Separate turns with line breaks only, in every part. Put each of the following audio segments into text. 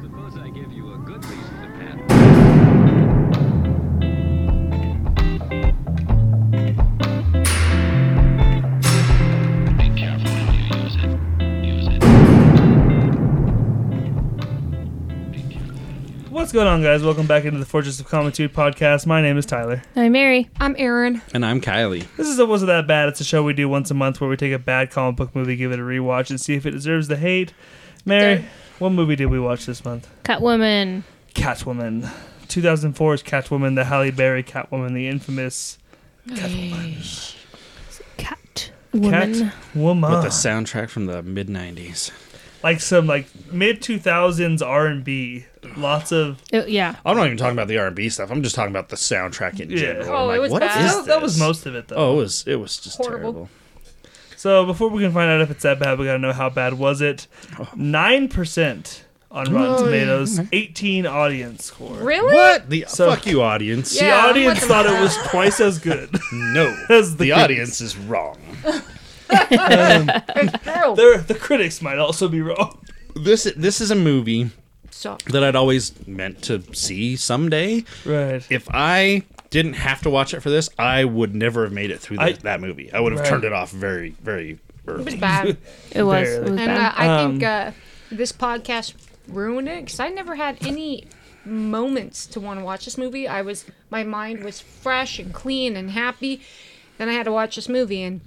suppose I give you a good reason to pat.
Be careful how you use it. Use it. Be careful.
What's going on, guys? Welcome back into the Fortress of Comitude podcast. My name is Tyler.
Hi, Mary.
I'm Aaron.
And I'm Kylie.
This is a Wasn't That Bad. It's a show we do once a month where we take a bad comic book movie, give it a rewatch, and see if it deserves the hate. Mary,
Done.
what movie did we watch this month?
Catwoman.
Catwoman. 2004's Catwoman, the Halle Berry Catwoman, the infamous
Cat. Woman.
Catwoman.
With the soundtrack from the mid 90s.
like some like mid 2000s R&B. Lots of
Oh, yeah.
I'm not even talking about the R&B stuff. I'm just talking about the soundtrack in
Yeah.
general.
Oh,
I'm
it was
what
bad.
is
that, that was
this?"
most of it though.
Oh, it was it was just
Horrible.
terrible.
So before we can find out if it's that bad, we gotta know how bad was it. Nine percent on Rotten Tomatoes, eighteen audience score.
Really?
What? The
So-
fuck you audience.
The
Yeah, I'm
audience
with
thought it was twice as good.
No.
That's
the
the critics.
audience is wrong.
Oh.
Harold.
They're- the critics might also be wrong.
This this is a movie
Stop.
that I'd always meant to see someday.
Right.
If I didn't have to watch it for this, I would never have made it through
I-
that that movie. I would have
Right.
turned it off very very early.
It's bad.
It was.
Barely.
It was
And
bad.
uh, I think
Um,
uh, this podcast ruined it because I never had any moments to want to watch this movie. I was my mind was fresh and clean and happy. Then I had to watch this movie, and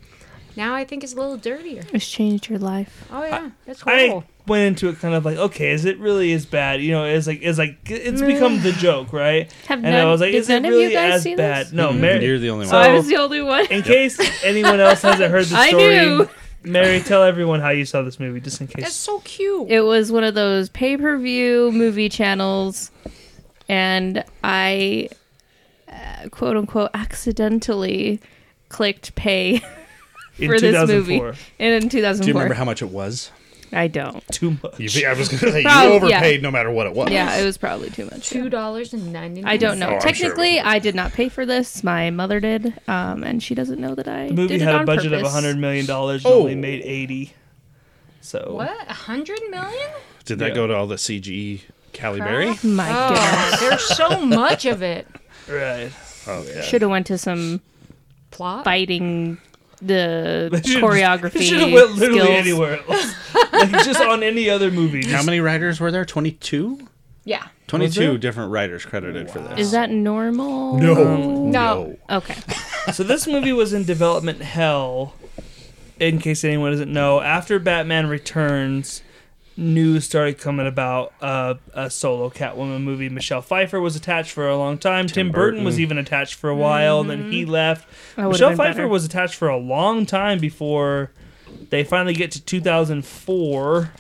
now I think it's a little dirtier.
it's changed your life.
Oh yeah, that's horrible.
I went into it kind of like, okay, is it really as bad? You know, it's like it's like it's become the joke, right?
Have
and
none-
I was like,
did
is it
none of you
really
guys
as
see
bad?
this?
No, Mary.
Mm-hmm. You're the only
So-
one.
I was
the only one.
in case anyone else hasn't heard the
I
story,
knew.
Mary, tell everyone how you saw this movie, just in
That's
case.
so cute.
It was one of those pay per view movie channels, and I, uh, quote unquote, accidentally clicked pay for
in
this movie.
2004.
And in 2004.
Do you remember how much it was?
I don't.
Too much.
You, I was gonna say
Probably,
you
yeah.
overpaid no matter what it was.
Yeah, it was probably too much.
Two dollars and ninety nine.
I don't know.
Oh, I'm sure it
Technically,
wasn't.
I did not pay for this. My mother did, um, and she doesn't know that I
The movie
did it
had a
on
budget
purpose.
of 100 million dollars and
Oh.
only made 80. So
What? A hundred million?
Did that
Yeah.
go to all the CG Cali Berry?
My God,
Oh, there's so much of it.
right,
Oh yeah.
should have went to some
Plot.
fighting the
should've-
choreography
it should have went literally
skills.
anywhere else, like just on any other movie.
How
Just,
many writers were there? 22?
Yeah.
22
there?
different writers credited for this.
Is that normal?
No.
Okay.
so this movie was in development hell. In case anyone doesn't know, after Batman Returns, news started coming about uh, a solo Catwoman movie. Michelle Pfeiffer was attached for a long time. Tim, Burton. was
Burton.
even attached for a while, then
Mm-hmm.
he left.
I would've
Michelle
been
Pfeiffer
better.
was attached for a long time before they finally get to 2004.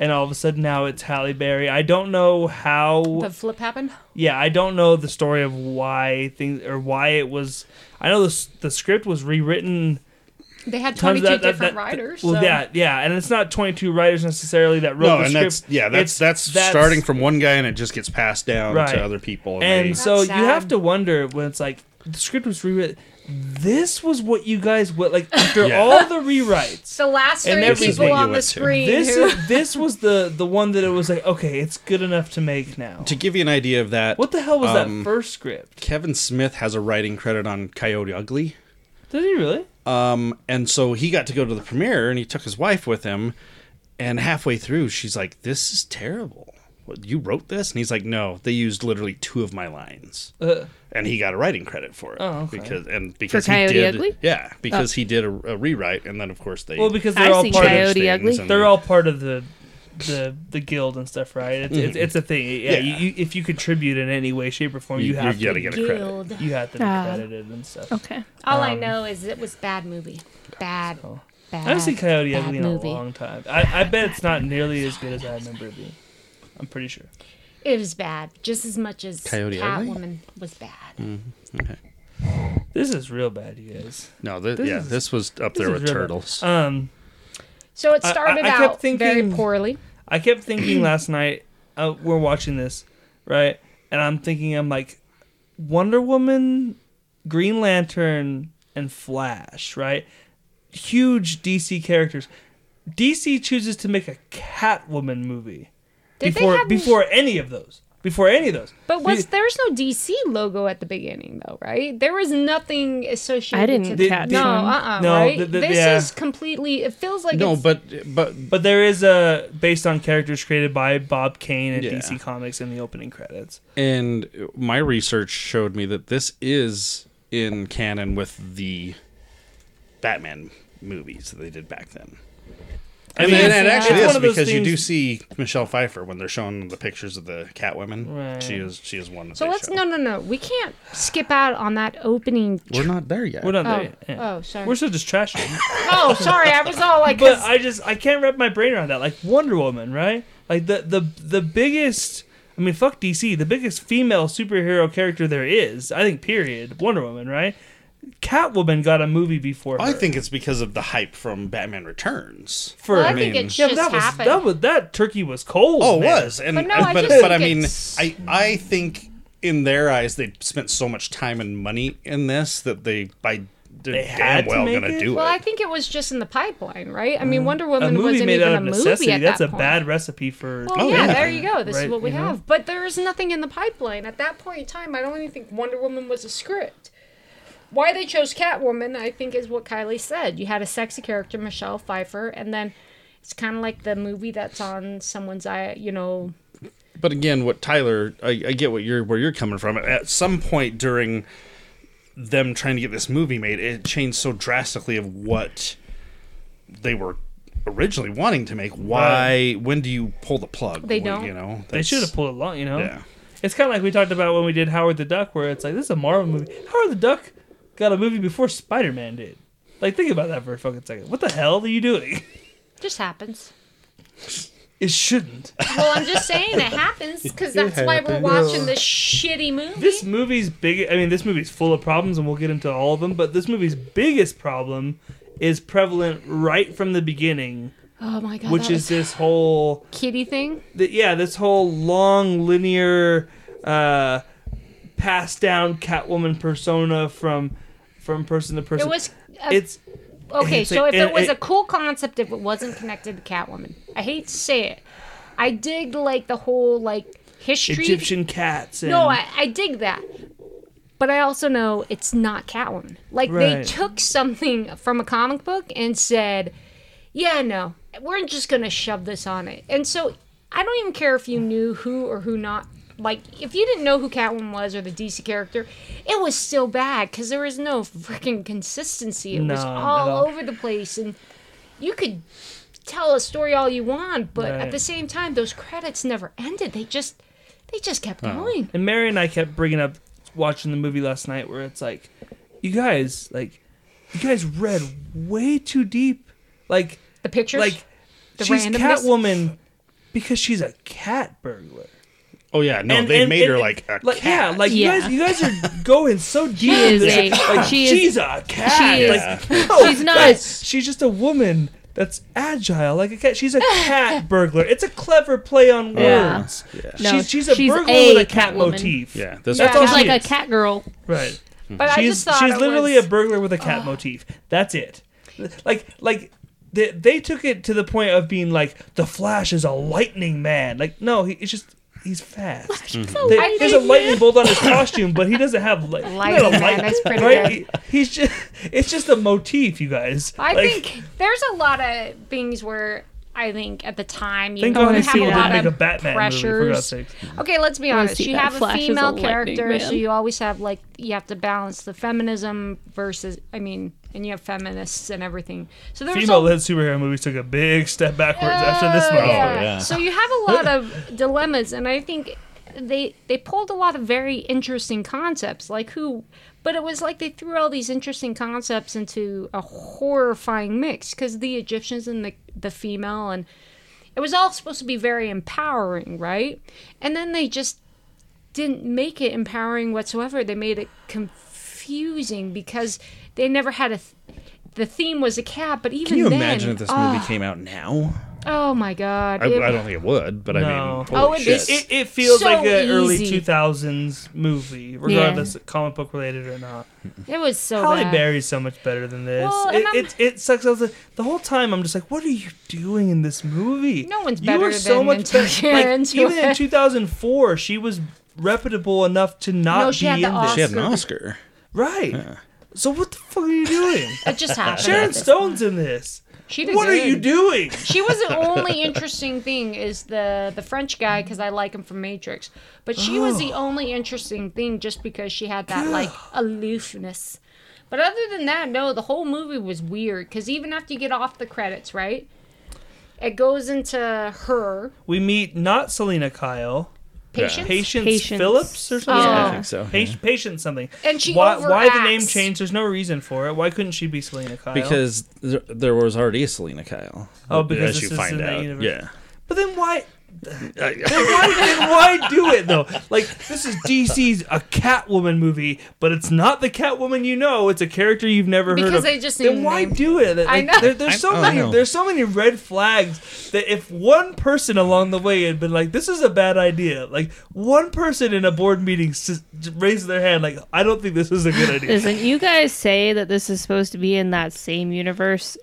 And all of a sudden now it's Halle Berry. I don't know how
The flip happened.
yeah, I don't know the story of why things or why it was. I know the s- the script was rewritten.
They had
tons-
twenty two
that- that-
different
that-
writers.
Well,
so.
yeah, yeah, and it's not twenty two writers necessarily that wrote
No,
the
and
script.
that's yeah, that's,
It's-
that's starting from one guy and it just gets passed down
Right.
to other people.
And
they-
so
That's
you have
sad.
to wonder when it's like the script was rewritten. This was what you guys what like after
Yeah.
all the rewrites.
the last
And
three
everything
people
you
on the
went to.
screen.
This
who-
is, this was the the one that it was like okay, it's good enough to make now.
to give you an idea of that,
What the hell was that
um,
first script?
Kevin Smith has a writing credit on Coyote Ugly.
Did he really?
Um, and so he got to go to the premiere and he took his wife with him. And halfway through, she's like, This is terrible. What, you wrote this? And he's like, No, they used literally two of my lines.
Uh,
and he got a writing credit for it
Oh, okay. Oh.
because and because he
Coyote
did
Ugly?
yeah because he did a, a rewrite and then of course they
well, because they're
I've
all
seen
part of
changed
Coyote
things
Ugly.
and-
they're all part of the the the guild and stuff, right? It's, it's, it's a thing. Yeah,
Mm-hmm. Yeah.
You, you, if you contribute in any way, shape, or form, you,
you,
have
you gotta
to
get a credit
Guild.
you have to be
Ah.
credited and stuff.
Okay.
All I know is it was bad movie. Bad.
Um, so-
Bad.
I haven't seen Coyote
bad
Ugly in
movie.
a long time. I, I bet it's not nearly as good as I remember it being. I'm pretty sure.
It was bad, just as much as
Coyote Ugly? Mm.
Catwoman was bad.
This is real bad, you guys.
no th-
This
yeah
is-
this was up
This
there
is
with
real bad.
turtles
Um,
So it
I- I-
started
I kept
out very
thinking-
poorly.
I kept thinking last night, uh, we're watching this, right? And I'm thinking, I'm like, Wonder Woman, Green Lantern, and Flash, right? Huge DC characters. DC chooses to make a Catwoman movie.
Did they
before
have-
before any of those. Before any of those.
But was
Be-
there was no DC logo at the beginning though, right? There was nothing associated.
I didn't
to
Did-
catch
did-
No,
one.
uh, uh
No,
right?
the- the-
this
yeah.
is completely. It feels like
No,
it's,
but but
But there is a based on characters created by Bob Kane and
Yeah.
DC Comics in the opening credits.
and my research showed me that this is in canon with the Batman movies that they did back then.
I
And,
mean,
then it actually
it's one
is
of those
because you do
things-
see Michelle Pfeiffer when they're showing the pictures of the Catwoman.
Right.
She is she is one. That
So
they
let's
show.
no no no. We can't skip out on that opening.
We're not there yet.
We're not
Oh,
there yet. Yeah.
oh, sorry.
We're still just trashing.
oh, sorry. I was all like,
but
'cause-
I just I can't wrap my brain around that. Like Wonder Woman, right? Like the the the biggest. I mean, fuck DC. The biggest female superhero character there is, I think. Period. Wonder Woman, right? Catwoman got a movie before.
I
her.
think it's because of the hype from Batman Returns.
for
Well, I
I
think
mean-
it
yeah, but
just
that was,
happened.
that was that turkey was cold.
Oh, it
man.
was, and
But
but,
no, I
but,
just
I
think
mean,
it's-
I I think in their eyes they spent so much time and money in this that they by they're
They had
damn
to
well
make
gonna
it?
do
well, I
it.
think it was just in the pipeline, right? I mean, Wonder
Mm. A
Woman
movie
wasn't
made
even
out
a
of
movie
necessity.
at
That's
that
a
point.
bad recipe for.
Well,
Oh,
yeah,
yeah.
there you go. This
Right,
is what we
you know?
have. But there is nothing in the pipeline at that point in time. I don't even think Wonder Woman was a script. Why they chose Catwoman, I think, is what Kylie said. You had a sexy character, Michelle Pfeiffer, and then it's kind of like the movie that's on someone's eye. You know,
But again, what Tyler, I, I get what you're where you're coming from. At some point during them trying to get this movie made, it changed so drastically of what they were originally wanting to make. Why? When do you pull the plug?
They
When-
don't.
You know,
They
that's-
should have pulled it long, you know.
Yeah.
It's kind of like we talked about when we did Howard the Duck, where it's like this is a Marvel movie. Howard the Duck got a movie before Spider Man did. Like, think about that for a fucking second. What the hell are you doing?
just happens.
It shouldn't.
Well, I'm just saying it happens because that's why we're watching this shitty movie.
This movie's big. I mean, this movie's full of problems, and we'll get into all of them. But this movie's biggest problem is prevalent right from the beginning,
oh my god,
which is this whole
kitty thing.
that yeah, this whole long linear uh passed down Catwoman persona from from person to person.
It was. A,
it's
Okay,
It's
so
like-
if it
it-
was
it-
a cool concept, if it wasn't connected to Catwoman, I hate to say it, I dig like the whole like history.
Egyptian cats and
No, I, I dig that, but I also know it's not Catwoman. Like they
Right.
took something from a comic book and said, "Yeah, no, we're just gonna shove this on it." And so I don't even care if you knew who or who not. Like if you didn't know who Catwoman was or the DC character, it was still bad because there was no freaking consistency. It was
No,
all
no.
over the place, and you could tell a story all you want, but at
Right.
the same time, those credits never ended. They just they just kept going.
and Mary and I kept bringing up watching the movie last night where it's like you guys like you guys read way too deep like
The pictures,
like
the
she's
randomness?
Catwoman because she's a cat burglar.
Oh yeah, no,
And-
they
and-
made
and-
her like a
like
cat.
yeah, like
Yeah.
you guys, you guys are going so deep. in
is
this,
a-
like,
she is-
she's a cat.
she is-
like, no,
she's not-
guys, she's just a woman that's agile, like a cat. She's a cat burglar. It's a clever play on
Yeah.
words.
No,
she's, she's a
she's
burglar
a
with a cat
Catwoman.
motif.
Yeah, this
Yeah.
yeah.
That's all
She's
she
like a cat girl.
right.
but I just
She's
thought
she's
it
literally
was,
a burglar with a cat motif. That's it. Like like. They, they took it to the point of being like the Flash is a lightning man. Like no, he, it's just he's fast. They-
lightning
there's a
man.
lightning bolt on his costume, but he doesn't have li- he's not a
Lightning man,
light-
that's pretty
right?
good.
He- He's just it's just a motif, you guys.
I
Like,
think there's a lot of things where I think at the time you
Thank
know,
God
you
I
have
see
a
it
lot
didn't
of
make a Batman movie. For God's
pressures.
sake.
Okay, let's be
wanna
honest.
see
You
that
have a
Flash is a
female
lightning
character, so
man.
you always have like you have to balance the feminism versus I mean, and you have feminists and everything. So there's a,
Female-led superhero movies took a big step backwards after this
Oh,
movie.
yeah.
yeah.
So you have a lot of dilemmas, and I think they they pulled a lot of very interesting concepts, like who, but it was like they threw all these interesting concepts into a horrifying mix because the Egyptians and the the female, and it was all supposed to be very empowering, right? And then they just didn't make it empowering whatsoever. They made it confusing because they never had a. Th- the theme was a cat, but even
Can you
then,
imagine if this
uh,
oh,
movie came out now?
Oh my god.
I,
It-
I don't think it would, but I
No.
mean, holy
Oh, it'd be
shit.
s-
It, it feels
So
like an early
easy.
2000s movie, regardless of comic book related or not.
it was so
Holly
bad.
Berry's so much better than this.
Well, and
it,
I'm-
it, it sucks. I was like, the whole time I'm just like, what are you doing in this movie?
No one's
You
better
are so
than
much
Nancy
better. Like,
Kerrigan.
even in 2004, she was reputable enough to not
No,
be
she had the
in this.
she had an Oscar.
Right. So what the fuck are you doing?
It just happened.
Sharon Stone's in this.
She did
What are
good.
you doing?
She was the only interesting thing is the the French guy because I like him from Matrix, but she was the
Oh.
only interesting thing just because she had that like aloofness. But other than that, no, the whole movie was weird because even after you get off the credits, right? It goes into her
We meet not Selena Kyle,
patience, Oh,
Patience,
Patience.
Phillips or something.
I
Yeah.
think so.
Pa- Patience something.
And she
why, why the
overacts.
name change? There's no reason for it. Why couldn't she be Selena Kyle?
Because th- there was already a Selena Kyle.
Oh, because
as
this
you
is in
find
that
out.
universe.
Yeah.
But then why? then why, then why do it though? Like this is DC's a Catwoman movie, but it's not the Catwoman you know. It's a character you've never heard
Because
of.
they just need
then
a
why
name.
do it? Like,
I know.
there- there's so
I
many.
know.
There's so many red flags that if one person along the way had been like, "This is a bad idea," like one person in a board meeting s- raised their hand, like, "I don't think this is a good idea."
Listen, you guys say that this is supposed to be in that same universe.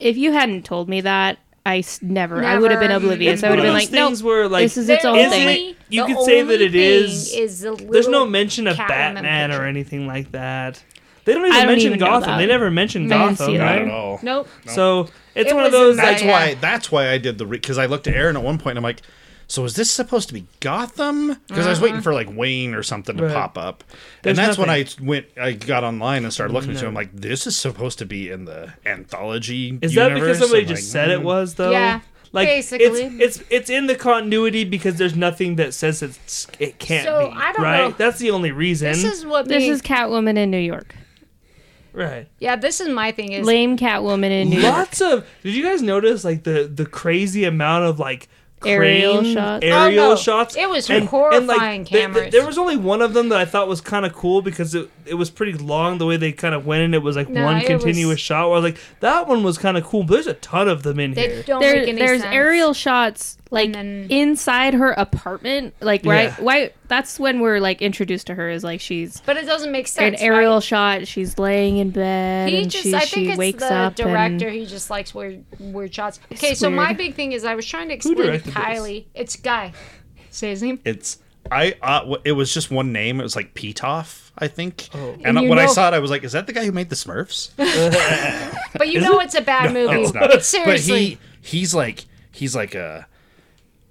If you hadn't told me that, I s- never, I would have been
Never.
oblivious. I would
one
have
of
been
those
like, no,
things where, like,
this is its
Their
own
Is
thing.
it- you
the
could say that
only
it is-
thing is the
There's no
little
mention of
Catwoman
Batman or
picture.
anything like that. They don't even
I don't
mention
even know
Gotham.
that.
They never mention
I didn't
Gotham.
see
Not
that.
right?
at all.
Nope.
So it's
It
one of
was
those
in
like
that-
That's
Yeah.
why. That's why I did the because I looked at Aaron at one point. And I'm like, so is this supposed to be Gotham? Because I was waiting
Uh-huh.
for like Wayne or something to
Right.
pop up,
There's
and that's when I
nothing.
went. I got online and started looking into. it.
No.
I'm like, this is supposed to be in the anthology.
Is that because
universe?
somebody
I'm
just
like,
said it
mm.
was though?
Yeah,
Like
basically.
it's it's it's in the continuity because there's nothing that says it's it can't
So,
be.
I don't
right?
know.
That's the only reason.
This is what
This
being-
is Catwoman in New York.
right.
yeah. This is my thing. Is
Lame Catwoman in New York.
Lots of did you guys notice like the the crazy amount of like
Aerial
crane-
shots.
aerial
Oh, no.
shots.
It was
like,
horrifying
th- th-
cameras.
there was only one of them that I thought was kind of cool because it it was pretty long the way they kind of went in. It was like
No,
one
it was-
continuous shot. Where I was like, that one was kind of cool. But there's a ton of them in
they
here.
don't
There,
make any
there's
sense.
aerial shots like
then-
inside her apartment. Like right,
Yeah.
why? That's when we're like introduced to her. Is like she's
but it doesn't make
an
sense. right?
aerial shot. She's laying in bed
He
and
just,
she,
I
she
think it's
wakes
the
up.
director.
And,
He just likes weird, weird shots. Okay, so
weird.
my big thing is I was trying to explain to
directed this?
Kylie. It's Guy. Say his name.
It's I. Uh, it was just one name. It was like Petoff, I think.
Oh.
And,
And you
when I
know-
saw it, I was like, is that the guy who made the Smurfs?
But you know it's a bad movie.
it's not.
Seriously.
But he he's like he's like a.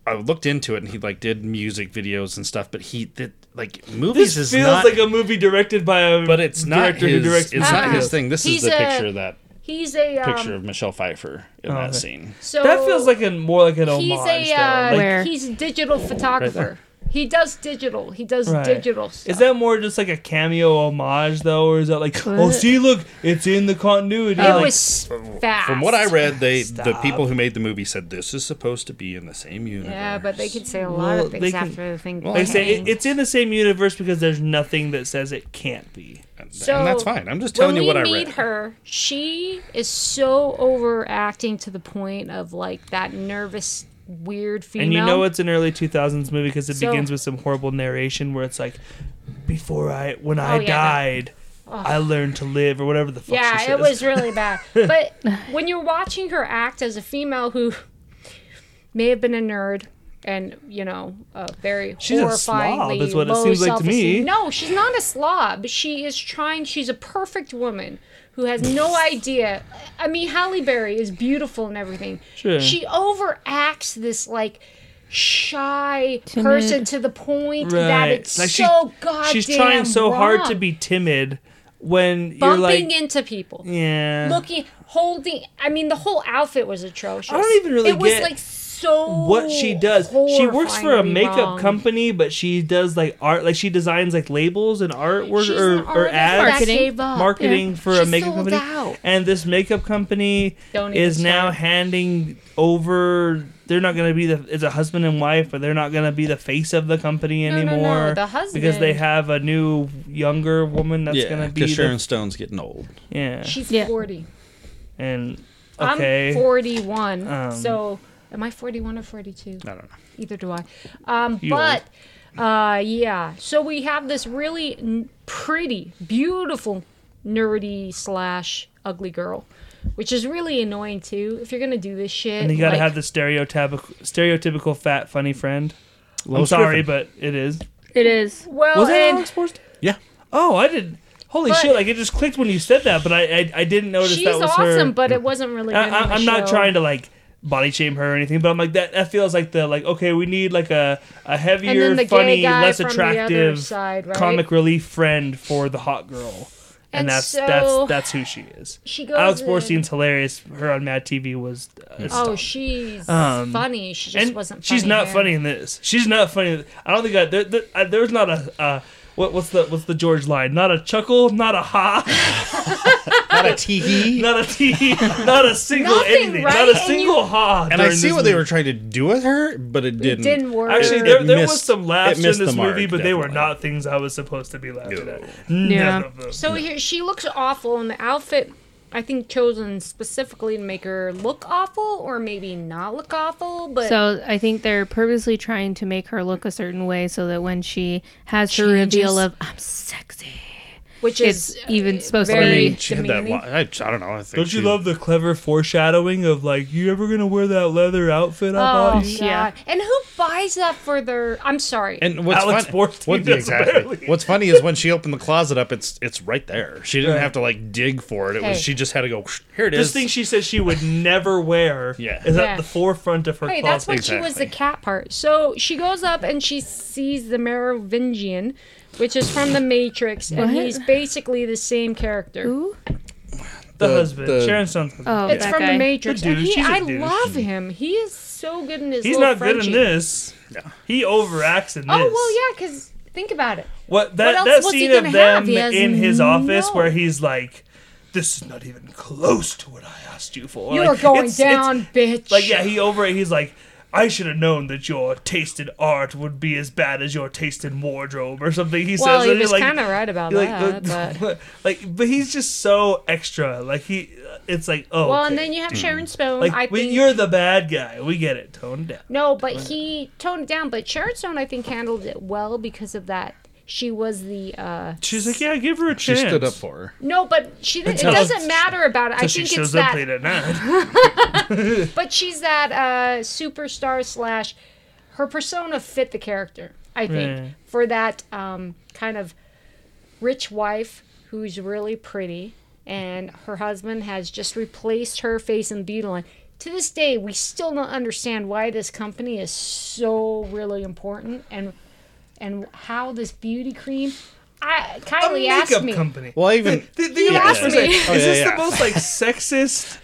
I looked into it and he like did music videos and stuff, but he did like movies
This
is
feels
not.
like a movie directed by a
but it's not
director
his.
who directs.
It's not
movies.
his thing. This
He's
is the
a-
picture of that
He's a um,
picture of Michelle Pfeiffer in that
Oh, okay.
scene.
So
that feels like a more like an homage.
he's a
though.
uh,
Like,
Where?
he's a digital photographer. he does digital. He does
Right.
digital stuff.
is that more just like a cameo homage though, or is that like, oh, see, look, it's in the continuity?
it
like,
was fast.
From what I read, they the
Stop.
people who made the movie said this is supposed to be in the same universe.
Yeah, but they could say a lot
Well,
of
they
things
can-
after the thing.
like I say,
came.
it, it's in the same universe because there's nothing that says it can't be.
and,
So,
and that's fine. I'm just telling
when
you what
we
I
meet
read.
her, she is so overacting to the point of like that nervous, weird female.
And you know it's an early 2000s movie because it
So-
begins with some horrible narration where it's like, before I, when I
Oh, yeah, that-
died, I learned to live or whatever the fuck. she
Yeah,
says.
it was really bad. But when you're watching her act as a female who may have been a nerd and you know uh, very
She's a
horrifyingly
slob, is what it
low
seems like to me.
self-esteem. No, she's not a slob. She is trying. She's a perfect woman who has no idea. I mean, Halle Berry is beautiful and everything.
Sure.
She overacts this like shy person to the point that it's
Like she-
so goddamn.
She's trying so hard to
wrong.
be timid when you're
bumping
like,
into people
yeah.
looking, holding. I mean, the whole outfit was atrocious.
I don't even really
It was
get
like so.
what she does. She works for a
horrifyingly
makeup
wrong.
company, but she does like art, like she designs like labels and artwork
She's
or,
an
or
artist
ads,
that
Marketing.
gave up.
marketing for a
She's
makeup
sold
company.
out.
And this makeup company
Don't even
is now
start.
handing over. They're not going to be the. It's a husband and wife, but they're not going to be the face of the company
no, no,
anymore.
the
because they
husband.
have a new younger woman that's going to be. The,
Sharon Stone's getting old.
Yeah,
She's
Yeah.
forty.
and okay.
I'm forty-one.
Um,
so Am I 41 or 42?
I don't know.
Either do I. Um,
You
but uh, yeah, so we have this really n- pretty, beautiful, nerdy slash ugly girl, which is really annoying too. If you're gonna do this shit,
And you gotta
like-
have the stereotypical, stereotypical fat funny friend. I'm
Lois
sorry,
Griffin.
but it is.
It is.
Well,
Was it
Oh, and
Alex Borstein?
Yeah.
Oh, I didn't. Holy
But-
shit! Like it just clicked when you said that, but I I, I didn't notice
she's
that was
awesome,
her.
but it wasn't really.
I,
good on
I,
the
I'm not
show.
trying to like body shame her or anything, but I'm like that. That feels like the like okay, we need like a a
And
heavier,
then the
funny,
gay guy
less
from the other
attractive
side, right?
comic relief friend for the hot girl. And,
And
that's
so-
that's that's who she is.
She goes.
Alex
in-
Borstein's hilarious. Her on Mad TV was uh, a
Oh,
star.
she's
Um,
funny. She just
and
wasn't.
she's
funny
not
here.
funny in this. She's not funny. in- I don't think I, there, there, I, there's not a uh, what, what's the what's the George line? Not a chuckle, not a ha,
Not a tee hee.
not a tee, not a single
Nothing,
anything,
right?
not a
And
single ha.
And I
during
see
this
what they
movie.
were trying to do with her, but it
It
didn't.
didn't work.
Actually,
It
there, there was
missed-
some laughs
it
in
missed
this
the mark,
movie, but they were
definitely.
not things I was supposed to be laughing
No.
at. None
Yeah.
of them.
So here she looks awful, and the outfit I think chosen specifically to make her look awful, or maybe not look awful, but
So I think they're purposely trying to make her look a certain way so that when she has her
Changes.
reveal of "I'm sexy,"
which is
it's even supposed to
I
uh, very
mean,
be.
she had that.
demeaning.
Li- I, I don't know. I think
Don't you
she-
love the clever foreshadowing of like, you ever gonna wear that leather outfit I
Oh
bought you?
god!
Yeah.
And who buys that for their? I'm sorry.
And what's
Alex
funny,
Borstein
what-
does
exactly.
barely.
What's funny is when she opened the closet up, it's it's right there. She didn't
Right.
have to like dig for it. It
Hey.
was she just had to go. Here it
This
is.
thing she says she would never wear
Yeah.
is
Yeah.
at the forefront of her
Hey,
closet.
that's when she was the
Exactly.
cat part. So she goes up and she sees the Merovingian, which is from the Matrix, and
What?
he's basically the same character.
Ooh.
the,
The-
husband.
the-
Sharon Stone's husband.
Oh,
It's
that
from the
guy.
Matrix.
The dude,
and he,
she's a
I
douche.
love him. He is so good in his.
He's
little
not good in
Frenchie.
this. He overacts in this.
Oh well, yeah, because think about it.
What that
else
that
was he
scene of
gonna have?
them
He has
in his office
no-
where he's like, "This is not even close to what I asked you for."
You
Like,
are going
it's- it's-
down, bitch.
Like yeah, he over he's like, I should have known that your taste in art would be as bad as your taste in wardrobe or something. He
well,
says,
he
and you're
was
like,
kind of right about
you're
that,
like,
but.
but... like, but he's just so extra. Like he, it's like oh,
Well,
okay.
and then you have Sharon Stone.
like
I
we-
think
you're the bad guy. We get it. Tone down.
no, but he toned it down. But Sharon Stone, I think, handled it well because of that. She was the uh
She's like, yeah, give her a
she
chance.
stood up for her.
no, but she didn't. It
Until-
doesn't matter about it. I
So she
think it's
shows up
that.
late at night.
But she's that uh superstar slash. Her persona fit the character. I think
Right.
for that um kind of rich wife who's really pretty, and her husband has just replaced her face in beauty line. To this day, we still don't understand why this company is so really important and and how this beauty cream. I
a
Kylie asked
makeup
me.
company.
Well, I even
Th- th-
You
yeah,
asked
yeah.
me.
Is
Oh, yeah,
this the
yeah.
most like sexist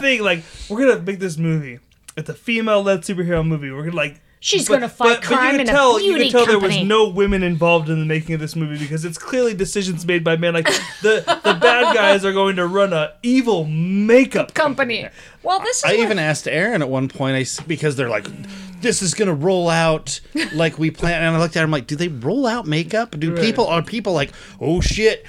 thing? Like, we're gonna make this movie. It's a female-led superhero movie. We're gonna like.
She's gonna fight crime
you
in a
You
beauty
could tell there
company.
was no women involved in the making of this movie because it's clearly decisions made by men. Like the the bad guys are going to run a evil makeup
company. Well, this is
I
what-
even asked Aaron at one point. I s- because they're like, this is gonna roll out like we plan. And I looked at him like, do they roll out makeup? Do
Right.
people are people like, oh shit.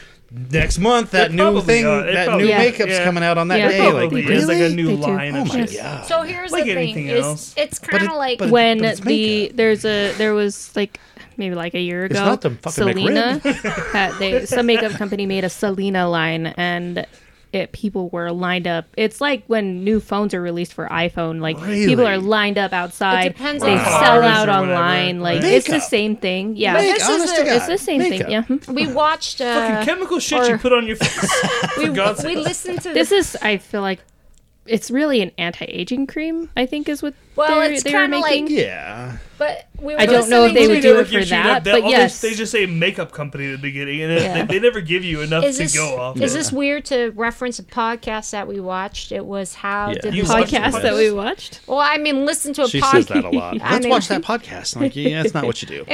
Next month, that
They
new
probably
thing,
are. They
that
probably-
new
Yeah.
makeup's
Yeah.
coming out on that
Yeah.
day. Like,
Probably is like a
really?
new
They do.
line.
Oh
of
my
shit.
god!
So here's
Like
the
anything
thing: is
else.
it's
it-
kind of like
but it-
when
it's
the
makeup.
there's a there was like maybe like a year ago
not the fucking
Selena had they some makeup company made a Selena line and it people were lined up it's like when new phones are released for iPhone like people
Really?
are lined up outside
It depends
they
on the
sell
cars
out
or whatever,
online like
right?
it's the
Makeup.
same thing yeah
Make-
this is
honest to
the-
God,
it's the same
makeup.
thing yeah mhm.
we watched. Uh,
Chemical shit you
Or-
put on your face.
we,
For God's
we
sake.
listened to
this
this.
is I feel like it's really an anti-aging cream I think is what
Well,
they're-
it's
they were
kinda like-
making.
Yeah,
But we were
I don't know if
listening
they would
to-
do it
never
for
gives you
that,
they-
but
all they-
yes.
they just say makeup company at the beginning, and then
Yeah.
they, they never give you enough
Is
to
this,
go off.
is this weird to reference a podcast that we watched? It was how
Yeah.
did
You
the
watched
podcast?
it.
podcast that we watched
Well, I mean, listen to a
she says that
podcast.
a lot.
I
Let's
mean-
watch that podcast. I'm like, yeah, it's not what you do. But-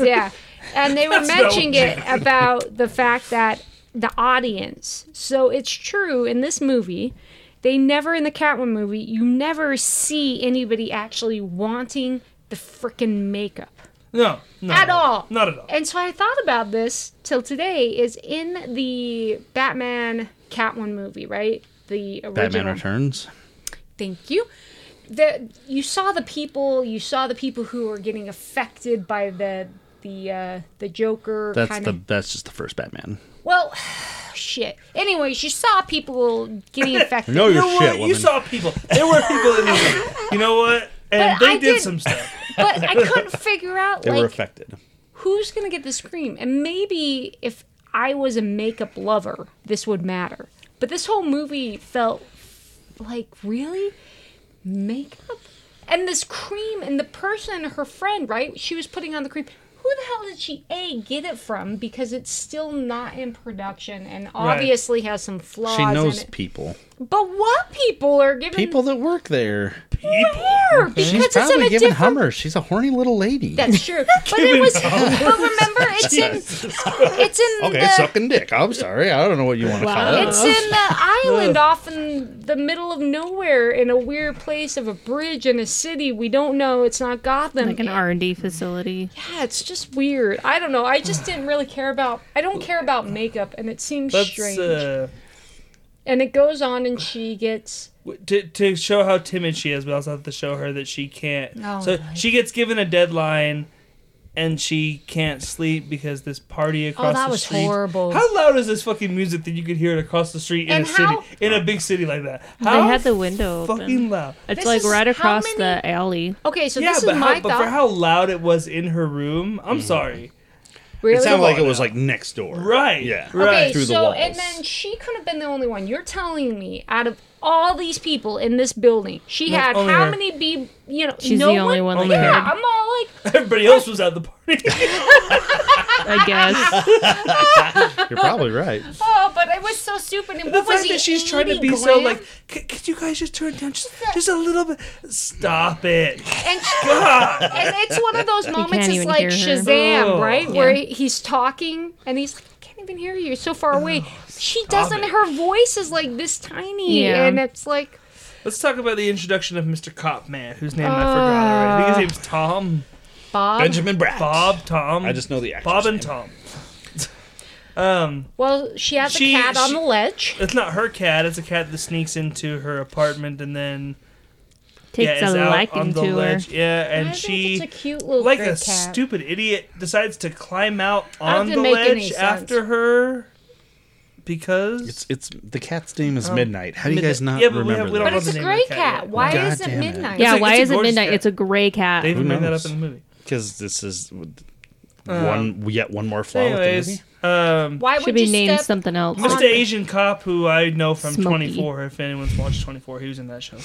yeah, and they were
That's not what
mentioning
we
it about the fact that the audience. So it's true in this movie. They never in the Catwoman movie, you never see anybody actually wanting the freaking makeup.
No, no,
at all.
Not at all.
And so I thought about this till today is in the Batman Catwoman movie, right? The original.
Batman Returns.
Thank you. the you saw the people you saw the people who were getting affected by the the uh the Joker
That's
kind
the
of
that's just the first Batman.
well shit. Anyways, you saw people getting affected.
No,
You
your
know
shit,
what? You
woman.
saw people. There were people in the room. You know what? And
But
they
I
did,
did-
some stuff.
but I couldn't figure out
They
like
were affected.
who's gonna get the scream? And maybe if I was a makeup lover, this would matter. But this whole movie felt like really makeup and this cream and the person, her friend, right? She was putting on the cream. Who the hell did she a get it from? Because it's still not in production and obviously has some flaws.
She knows
In it.
people.
But what people are giving
People that work there.
her? Because
She's
it's in
probably
a
giving
different
Hummer. She's a horny little lady.
That's true. But it was. But remember, it's in. It's in
okay,
the.
sucking dick. I'm sorry. I don't know what you want to call it.
It's in the island off in the middle of nowhere in a weird place of a bridge in a city we don't know. It's not Gotham.
like an R and D facility.
yeah, it's just weird. I don't know. I just didn't really care about. I don't care about makeup, and it seems
Let's
strange.
uh,
And it goes on, and she gets.
w- to to show how timid she is. We also have to show her that she can't.
Oh,
so
my.
she gets given a deadline, and she can't sleep because this party across
Oh, that
the
was
street.
horrible.
How loud is this fucking music that you could hear it across the street in
And
a
how-
city in a big city like that?
They
How
had the window
fucking
open.
loud.
It's
This
like
is
right
how
across
many-
the alley.
Okay, so
yeah,
this
but,
is
how,
my
but
thought.
for how loud it was in her room, I'm sorry.
really?
It sounded like it was
now.
like next door.
Right,
Yeah.
right.
Okay,
Through the
so
walls.
and then she could have been the only one. You're telling me out of all these people in this building, she
No,
had
only
how
her.
many be you know?
She's
no
the only one
Only
like
her.
Yeah, I'm all like,
Everybody else was at the party.
I guess.
You're probably right.
oh, but I was so stupid. And
The
what was
fact
he,
that she's trying to
80
be so
grand?
like, "C- could you guys just turn it down just, just a little bit? Stop it.
and, she- and it's one of those moments.
can't
It's
even
like
hear her.
Shazam,
Oh.
right? Where he's talking and he's like, I can't even hear you. You're so far away. she doesn't.
it.
Her voice is like this tiny,
Yeah.
and it's like.
Let's talk about the introduction of Mr. Copman, whose name I forgot
Ah.
already. I think his name's Tom.
Bob.
Benjamin Bratt.
Bob, Tom.
I just know the actor's
Bob and
name.
Tom. Um,
Well, she has
She-
a cat on
she-
the ledge.
it's not her cat. It's a cat that sneaks into her apartment and then
Takes
yeah, is
a
out on
liking
the
to her.
ledge. Yeah, and
I think
she
it's a cute little
like
gray
a
cat.
stupid idiot decides to climb out on the
didn't make any
ledge
sense.
after her because
It's it's the cat's name is Midnight. How do you guys
Um, Midnight.
not
Yeah, but we
remember
have-
that?
we don't
But
know
it's
the
a
name of
gray
the cat
cat.
yet.
Why
God
is it
damn it.
midnight?
Yeah,
It's a-
why
it's a
is it
gorgeous
midnight?
cat.
It's a gray cat.
they even
Who
make that up
knows?
in the movie.
Because this is
Um,
one yet one more flaw with the
Anyways,
movie.
um,
Why
Should
would
be
you
named
step
something else.
Mr. Asian Cop, who I know from
Smokey.
24, if anyone's watched 24, he was in that show.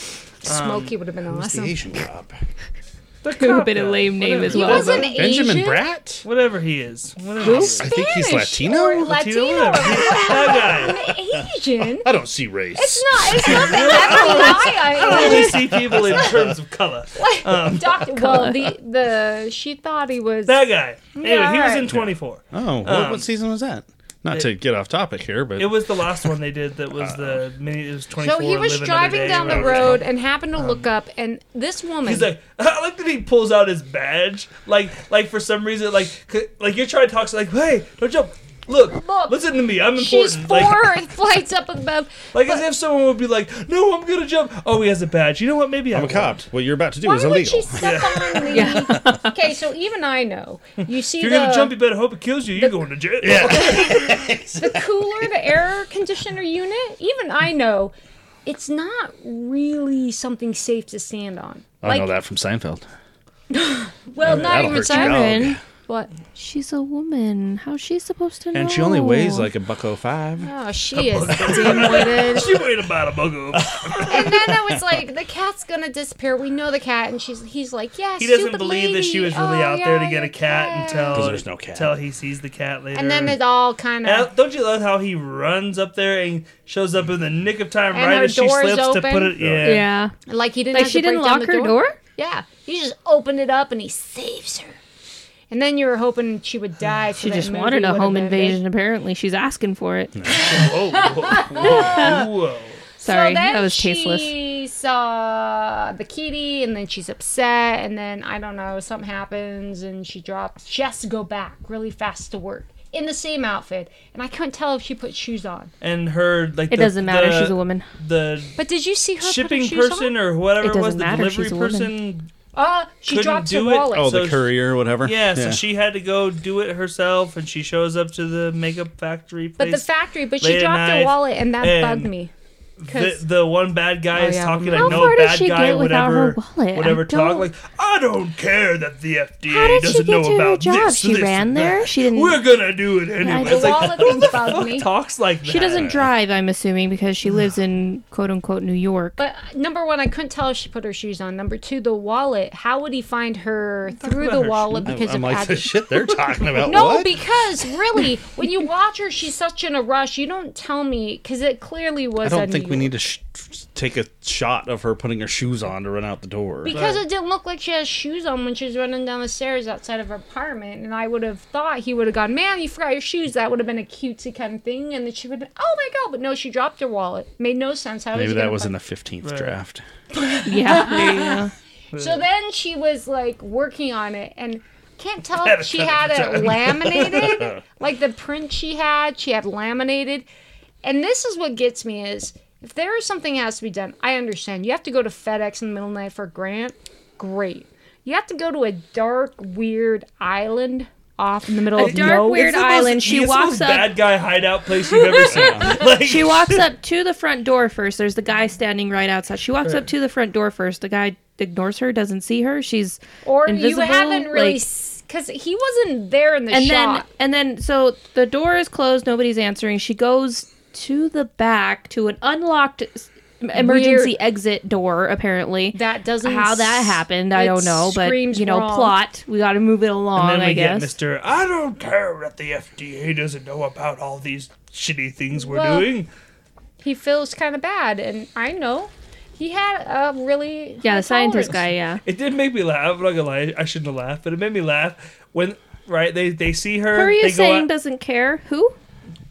Smokey would have been
Who's the
awesome.
Asian cop?
The
Could
cop
have been a
guy,
lame name as
He
well.
was
but-
an Asian.
Benjamin Bratt.
Whatever he is. Whatever he is.
I think he's
Spanish
Latino.
or
Latino,
Latino.
whatever. that guy.
Asian.
I don't see race.
It's not. It's not the FBI.
I only see people in terms of color.
Doctor. Well, the the she thought he was.
Oh, That guy. Anyway, he was in
alright.
24.
Oh, what,
Um,
what season was that? Not to get off topic here, but
It was the last one they did that was the mini. It was 24.
So he was
Live Another
driving
Day,
down the
whatever it's
road
called.
and happened to look up, and this woman.
He's like, I like that he pulls out his badge. Like, like for some reason, like, c- like you're trying to talk. So like, hey, don't jump. Look,
Look,
listen to me. I'm important.
she's four
Like,
flights up above.
Like as if someone would be like, "No, I'm gonna jump." Oh, he has a badge. You know what? Maybe
I'm a
won't.
cop. What you're about to do
Why
is
would
illegal.
she step on the? Okay, so even I know. You see
If you're
the
gonna jump, you better hope it kills you. You're going to jail. Yeah.
the cooler, the air conditioner unit. Even I know. It's not really something safe to stand on.
I know that from Seinfeld.
Well, not
That'll
even
hurt your
Simon.
dog.
What?
She's a woman. How's she supposed to know?
And she only weighs like a buck oh five.
Oh, she is dimwitted.
she weighed about a buckle.
and then I was like, the cat's gonna disappear. We know the cat, and she's he's like, yeah.
He doesn't
stupid
believe that she
lady.
was really
Oh,
out there to
yeah,
get a
your
cat, until
'Cause there's no cat.
until he sees the cat later.
And then it all kind
And
of.
don't you love how he runs up there and shows up in the nick of time,
And
right
her
as she
door's
slips to
open.
put it? Yeah.
yeah.
Like he didn't.
Like
have
she
to break
didn't
down
lock
the
her door?
Yeah, he just opened it up and he saves her. And then you were hoping she would die.
She just wanted a home invasion. Apparently, she's asking for it.
Whoa, whoa, whoa, whoa.
Sorry,
so then
that was
she
tasteless.
saw the kitty, and then she's upset, and then I don't know, something happens, and she drops. She has to go back really fast to work. in the same outfit, and I couldn't tell if she put shoes on.
and her like
It
the-
doesn't matter.
the-
She's a woman.
The
But did you see her put
shipping
her shoes
person
on?
or whatever
It
it, was,
doesn't
the
matter.
delivery
She's a woman.
person.
Uh, she
couldn't
dropped her
do it?
wallet.
Oh, the
So-
courier or whatever.
Yeah, so she had to go do it herself, and she shows up to the makeup factory place.
but the factory, but
late
she
at
dropped her
night,
wallet, and that
and-
bugged me.
the,
'Cause
the one bad guy
Oh,
is
yeah.
talking like
How
no
far did
bad
she
guy
get without
whatever
her wallet? I
whatever talk
don't-
like I don't care that the
How
FDA
did she
doesn't
get
know
to her
about
job?
this.
she
this,
ran
and
there. She
that.
didn't.
We're gonna do it anyway.
the
It's like,
wallet thing bugged
who
me.
talks like that?
she doesn't drive. I'm assuming because she lives in quote unquote New York.
But uh, number one, I couldn't tell if she put her shoes on. Number two, the wallet. How would he find her through
about
the
her
wallet
I'm,
because
I'm
of
like the
Abby?
shit they're talking about.
No,
what?
because really, when you watch her, she's such in a rush. You don't tell me because it clearly
I
was.
don't
a
think we
New-
need to sh- take a shot of her putting her shoes on to run out the door.
Because it didn't look like she has shoes on when she was running down the stairs outside of her apartment, and I would have thought he would have gone, "Man, you forgot your shoes." That would have been a cutesy kind of thing, and then she would, have "Oh my god!" But no, she dropped her wallet. Made no sense. How
Maybe
was he
that
gonna
was in
find-
the fifteenth draft.
yeah. yeah.
So then she was like working on it, and can't tell
Had a
if she
ton of
had it
time.
laminated, like the print she had. She had laminated, and this is what gets me is if there is something that has to be done, I understand. You have to go to FedEx in the middle of the night for a grant, great. You have to go to a dark, weird island off in the middle
A
of
dark,
nowhere.
weird
It's the most-
island. She
it's the
walks
most
up-
Bad guy hideout place you've ever seen. like
She walks up to the front door first. There's the guy standing right outside. She walks up to the front door first. The guy ignores her, doesn't see her. She's
or
invisible,
you haven't really,
like-
because he wasn't there in the
and
shot.
then and then so the door is closed. Nobody's answering. She goes to the back to an unlocked s- emergency exit door. Apparently,
that doesn't
how that
s-
happened, I
it
don't know. But
screams
you know,
wrong.
plot. We got to move it
And
along.
then
I
we
guess.
get Mr. I don't care that the FDA doesn't know about all these shitty things we're
Well-
doing.
he feels kind of bad, and I know he had a really
yeah,
high
the scientist guy.
tolerance.
Yeah,
It did make me laugh. I'm not gonna lie, I shouldn't have laughed, but it made me laugh when right they they see her.
who are you
they go
saying
out-
doesn't care? Who?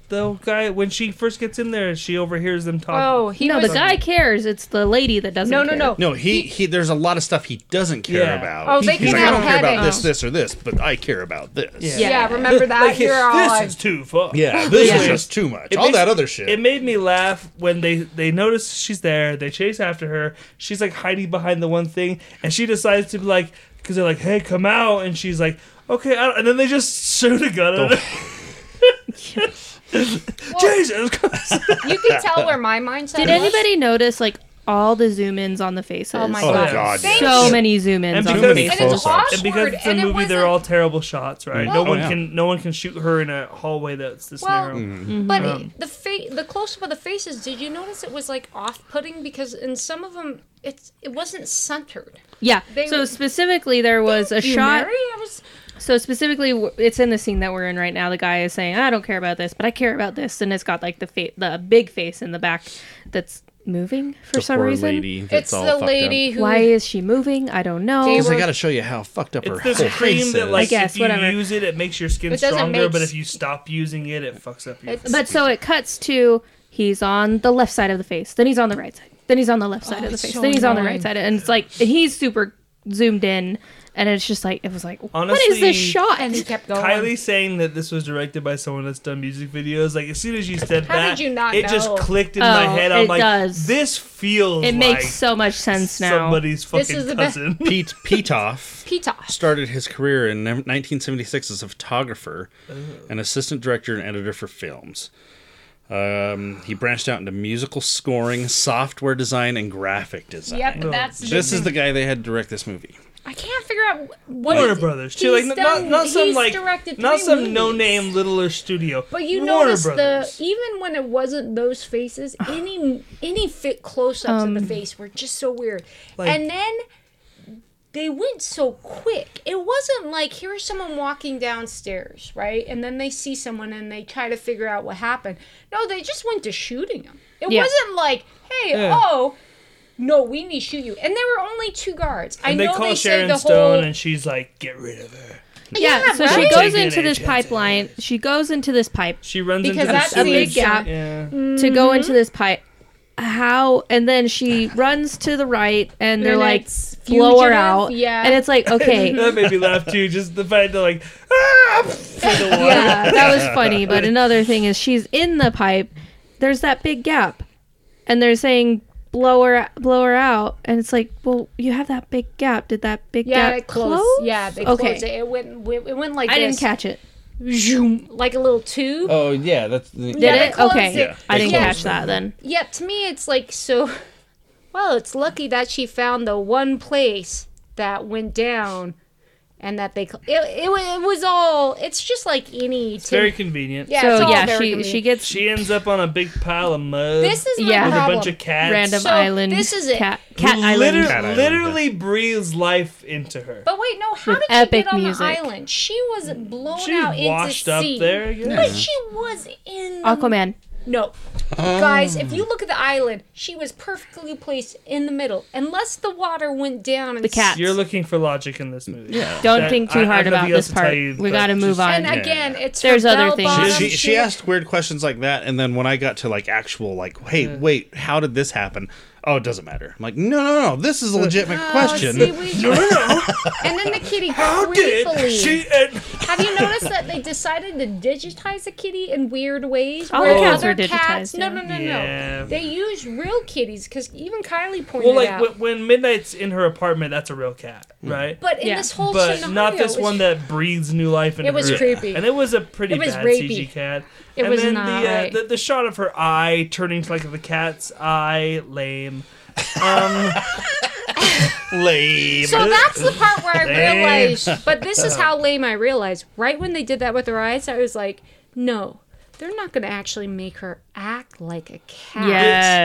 the guy when she first gets in there, she overhears them talking.
Oh, he
no, the
was,
Mm.
guy cares. It's the lady that doesn't.
No, no,
care.
no.
No, he, he there's a lot of stuff he doesn't care
Yeah.
about.
Oh, they
He's
can
like, I
have
don't care about
headaches.
this, this, or this, but I care about this.
Yeah.
Yeah, remember that?
Like,
You're all
this
like,
is too far.
Yeah, this
Yeah.
is just too much.
It
All
makes-
that other shit.
It made me laugh when they they notice she's there. They chase after her. She's like hiding behind the one thing, and she decides to be like, because they're like, "Hey, come out!" And she's like, "Okay," I don't-" and then they just shoot a gun
Oh.
at her. Jesus Christ!
you can tell where my mindset.
Did
was.
anybody notice like all the zoom ins on the faces?
Oh my
oh
god!
god.
Thank
So
you.
many zoom ins
And
on the
because-
And
faces.
it's
Close-ups.
awkward,
And because it's a
and it
movie, they're
wasn't-
all terrible shots, right? No
Oh,
one
yeah.
can no one can shoot her in a hallway that's this
Well,
narrow.
Mm-hmm.
But it- the fa- the close up of the faces. Did you notice it was like off putting because in some of them it's it wasn't centered.
Yeah.
They-
so specifically, there was a
You,
shot.
Mary? I was
So specifically, w- it's in the scene that we're in right now. The guy is saying, "I don't care about this, but I care about this," and it's got like the fa- the big face in the back that's moving for
The
some
poor
reason.
lady that's
it's
all
the
fucked up.
lady who
Why is she moving? I don't know.
They
Because
were-
I got to show you how fucked up her
It's
whole
this cream
face
that,
is.
like,
guess,
if you
whatever.
use it, it makes your skin
It doesn't
stronger.
make
But
s-
if you stop using it, it fucks up your.
It's-
but so it cuts to he's on the left side of the face, then he's on the right side, then he's on the left
Oh,
side of the
it's
face,
so
then he's on the right
annoying.
side, and it's like and he's super zoomed in, and it's just like it was like, what is
Honestly,
this shot?
and he kept going.
Kylie saying that this was directed by someone that's done music videos. Like as soon as you said
How
that,
did you not
it just
know?
clicked in
Oh,
my head. I'm
it
like,
does.
this feels.
it makes
like
so much sense now.
Somebody's fucking
This is the best-
cousin.
Pete Petoff
Pitoff.
started his career in 1976 as a photographer
Oh.
and assistant director and editor for films. Um, he branched out into musical scoring, software design, and graphic design.
Yep, that's
This is the guy they had direct this movie.
I can't figure out wh- what
Warner
it-
Brothers, too. Like
he's
n- not,
done-
not some
he's
like
directed
not
three
some
movies.
no-name littler studio.
But you
Warner
notice
Brothers.
the even when it wasn't those faces, any any fit close-ups of the face were just so weird.
like-
and then they went so quick. It wasn't like here's someone walking downstairs, right? And then they see someone and they try to figure out what happened. No, they just went to shooting him. It
Yeah.
wasn't like, hey,
Yeah.
oh, no, we need to shoot you. And there were only two guards. I
and they
know
call
they
Sharon
say the
Stone,
whole
and she's like, "Get rid of her."
Yeah,
Yeah,
so
right?
she
Take
goes
it
into
in,
this
Jensen.
pipeline. She goes into this pipe
She runs
Because
into
that's
the
a big
sewage.
gap. Mm-hmm.
Mm-hmm.
Yeah.
to go into this pipe. how and then she runs to the right and they're
then
like
it's
blow her
fugitive,
out
yeah.
and it's like okay
that made me laugh too. Just the fact that like, ah, through the water.
yeah that was funny but another thing is she's in the pipe there's that big gap and they're saying blow her blow her out and it's like well you have that big gap did that big
Yeah,
gap
it
close
closed. Yeah, they
Okay.
closed it. It went. It went like
i
this.
didn't catch it
Zoom, like a little tube.
Oh yeah, that's the,
did
they
it
closed
okay
it.
i
They closed
didn't catch that then
Yeah, to me, it's like so. Well, it's lucky that she found the one place that went down, and that they. cl- It, it, wa- it was all. It's just like any.
It's very convenient.
yeah, it's
so
all
yeah
very
she
convenient.
she gets
She ends up on a big pile of mud
This is my
Yeah.
with a
problem.
bunch of cats.
random
So,
island
this is it.
cat, cat
who
island
liter-
Cat island,
literally breathes life into her.
But wait, no. How
With
did she
epic
get on
music.
the island? She was blown
She
out
was
into
washed up
sea.
there. I guess.
But she was in the
aquaman
No. Guys, if you look at the island, she was perfectly placed in the middle. Unless the water went down and
The cat.
You're looking for logic in this movie. Yeah.
Don't
That-
think too
I- I
hard
have
about
nothing else
this
to tell
part.
you,
we
but
got to move
just-
on.
And again, it's
There's
her
other
bell
things.
bottom
she, she,
shoe.
asked weird questions like that and then when i got to like actual like hey wait how did this happen oh it doesn't matter i'm like no no no this is a legitimate
Oh,
question
see, we- and then the kitty gratefully.
She and
Have you noticed that they decided to digitize the kitty in weird ways?
All the
Where
cats
other
were
cats-
digitized,
No,
yeah.
no, no, no.
Yeah.
They use real kitties because even Kylie pointed
well, like
out.
when, when Midnight's in her apartment, that's a real cat,
Mm.
right?
but in
Yeah.
this whole
But
scenario,
not this
it's-
one that breathes new life into
It was
her.
creepy.
And it was a pretty
It was
bad
rapey.
CG cat.
It
and
was
then
not
the, uh,
right.
the the shot of her eye turning to like the cat's eye, lame. Um,
lame
So that's the part where I
Lame.
realized. But this is how lame I realized. Right when they did that with her eyes, I was like, no, they're not going to actually make her act like a cat.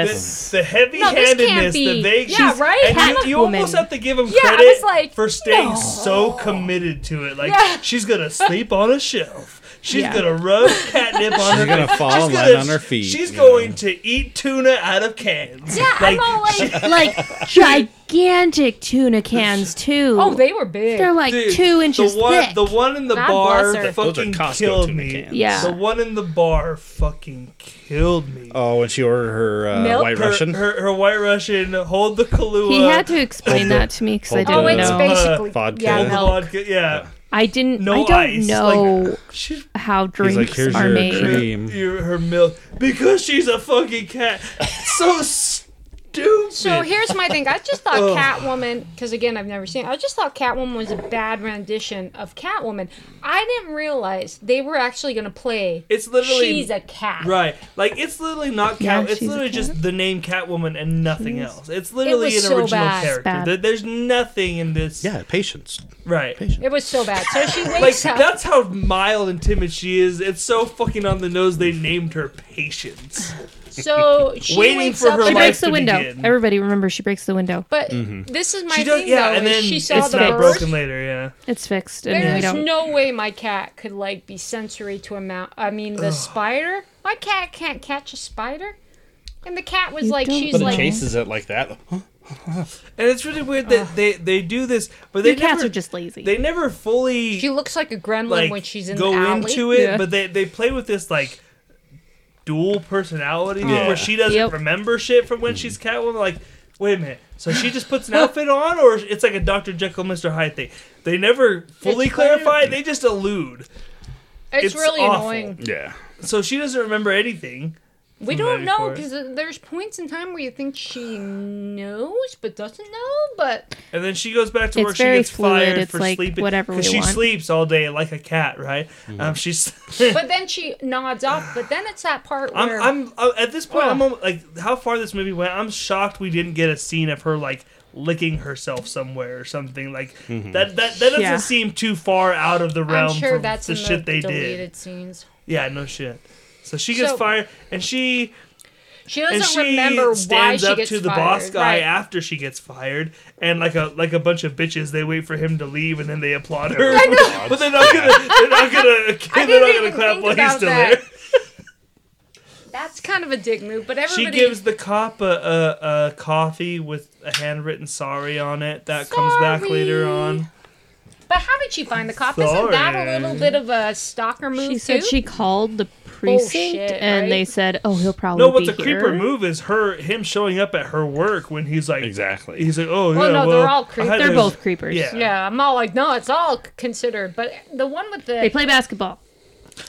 yes.
the, the heavy-handedness,
can't
the
be.
vague.
Yeah,
she's-
right?
And you, you
Catwoman.
almost have to give him
Yeah, I
credit
was like,
for staying
no.
so committed to it. Like
Yeah.
she's gonna sleep on a shelf. She's
Yeah.
gonna rub catnip on her.
gonna
face.
fall
She's
in
gonna-
line on her feet,
She's
you
going to eat tuna out of cans.
Yeah, I'm all like,
like gigantic tuna cans too.
oh, they were big.
are like
Dude,
two inches
the one,
thick.
The one in the
God bless
bar
her.
Those are
fucking
Costco
killed
tuna
me.
cans.
Yeah.
The one in the bar fucking killed me.
oh when she ordered her uh,
Milk?
white
her,
russian
Her, her white Russian, hold the Kahlua.
he had to explain that to me because I
hold
didn't
oh, it's
know.
basi-
basically.
Vodka.
hold
Yeah,
the
milk.
vodka. Yeah.
I didn't.
No
I don't
ice.
know
Like, she's
how drinks
like, "Here's
are
your
made.
drink." Cream.
Your, her milk because she's a fucking cat. So stupid.
So here's my thing. I just thought
Ugh.
Catwoman, because again, I've never seen it. I just thought Catwoman was a bad rendition of Catwoman. I didn't realize they were actually going to play.
it's literally
She's a cat.
right. Like it's literally not
Yeah,
cat. it's
she's a
literally
cat.
just the name Catwoman and nothing else. It's literally an
was so
original
bad. It's
character.
bad.
There- there's nothing in this.
yeah patience
Right.
It was so bad. So she
Like
wakes up.
that's how mild and timid she is. It's so fucking on the nose. They named her Patience.
So she
Waiting
wakes
for
up.
her
she
She breaks
Life
the
to
window.
begin.
Everybody remember she breaks the window.
But this is my
Mm-hmm. She does.
thing
Yeah,
though.
and
is
then
she saw
it's
the
not
bird.
broken later. Yeah.
It's fixed, and we
There's
don't.
no way my cat could like be sensory to a mount. I mean, the spider. My cat can't catch a spider. And the cat was
You
like,
don't-
she's
But
but it
like,
chases it like that.
And it's really weird that they they do this, but they
Your cats
never-
are just lazy.
they never fully
she looks like a gremlin
like
when she's in
go
the alley.
into it,
Yeah.
but they they play with this like dual personality thing
Yeah.
where she doesn't
Yep.
remember shit from when she's Catwoman. Like, wait a minute, so she just puts an outfit on, or it's like a Doctor Jekyll, Mister Hyde thing. They never fully
It's clear.
clarify; they just allude.
It's,
It's
really
awful.
annoying.
yeah
So she doesn't remember anything.
We
I'm
don't
ready
know
for it.
because there's points in time where you think she knows but doesn't know. But
And then she goes back to
It's
work. She
very
gets
fluid.
fired
It's
for
like
sleeping
whatever we
she
want.
sleeps all day like a cat, right? Um, she's.
but then she nods off. But then it's that part
I'm,
where
I'm uh, at this point.
Ugh.
I'm almo- like how far this movie went. I'm shocked we didn't get a scene of her like licking herself somewhere or something like that. That that doesn't
Yeah.
seem too far out of the
I'm
realm
sure
for
that's
the
in
shit
the
they
deleted
did.
scenes.
Yeah, no shit. So she gets
So-
fired, and she
She
and
doesn't
she
remember why
stands
she
up
gets
to the
fired.
boss guy
Right.
after she gets fired, and like a like a bunch of bitches, they wait for him to leave, and then they applaud her. but they're not gonna they're not gonna they're
didn't
not gonna
even
clap
think
while he's
about
still
that.
there.
That's kind of a dig move, but everybody
She gives the cop a, a, a coffee with a handwritten sorry on it that comes back later on.
But how did she find the cop? Isn't that a
Sorry.
little bit of a stalker move
she
too?
said she called the precinct,
Bullshit,
and
right?
they said, "Oh, he'll probably
No, what's
be
a creeper
here."
move is her him showing up at her work when he's like
Exactly.
He's like, oh
Well,
yeah,
no,
well,
they're all
I
creep-
had
They're
this-
both creepers.
Yeah.
Yeah, I'm all like, no, it's all c- considered. But the one with the
They play basketball.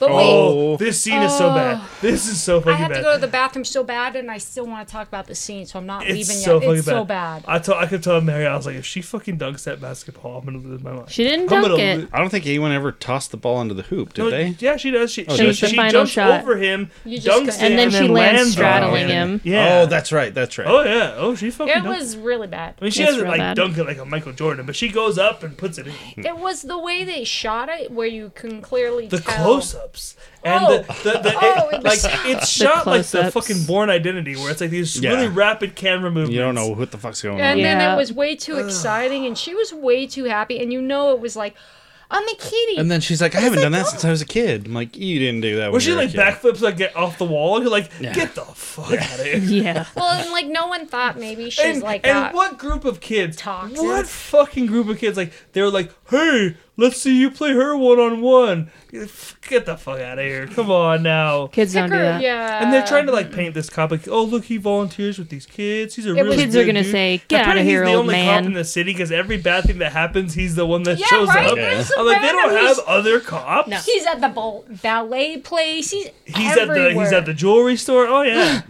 but wait, Oh.
Oh, this scene is so bad. This is so
I
fucking
had
bad.
to go to the bathroom so bad, and I still want to talk about the scene, so I'm not
it's
leaving
so
yet.
fucking
It's
bad.
so bad.
I told I could tell Mary, I was like, if she fucking dunks that basketball, I'm gonna lose my mind.
She didn't
I'm
dunk
gonna
it.
lo-
I don't think anyone ever tossed the ball into the hoop, did
No,
they?
Yeah, she does. She,
Oh,
she,
does she?
she
Final
jumps
shot.
over him,
You just
dunks
couldn't-
it,
And then she lands
lands on
straddling him.
Yeah.
Oh, that's right. That's right.
Oh yeah. Oh, she fucking.
It
dunked
was really bad.
I mean, she
It's
doesn't
real
like
bad.
dunk it like a Michael Jordan, but she goes up and puts it in.
It was the way they shot it, where you can clearly
The
tell.
close-ups and
Oh.
the, the, the
Oh,
it,
it
like
was-
it's shot like the
close-ups.
fucking Born Identity, where it's like these
Yeah.
really rapid camera movements.
You don't know what the fuck's going
And
on.
then
Yeah.
it was way too exciting, and she was way too happy, and you know it was like, I'm a kitty.
And then she's like, I haven't done that since I was a kid. I'm like, you didn't do that.
Where she
when you were a
like
kid.
backflips like get off the wall, and you're like, get the fuck out of here.
Yeah.
well, and like no one thought maybe she's
And,
like
and
that.
what group of kids?
Toxic.
What fucking group of kids? Like they were like, "Hey, let's see you play her one on one." Get the fuck out of here! Come on now.
Kids don't do
Picker,
that.
Yeah.
And they're trying to like paint this cop like, oh look, he volunteers with these kids. He's a
was-
really
Kids are
good
gonna
dude."
say, "Get
Apparently
outta here,
he's the
old
only
man."
cop in the city because every bad thing that happens, he's the one that
Yeah,
shows
right?
up.
There's
I'm like, they
random-
don't have
he's-
other cops.
No.
He's at the bal- ballet place. He's,
He's
everywhere.
at the he's at the jewelry store. Oh yeah,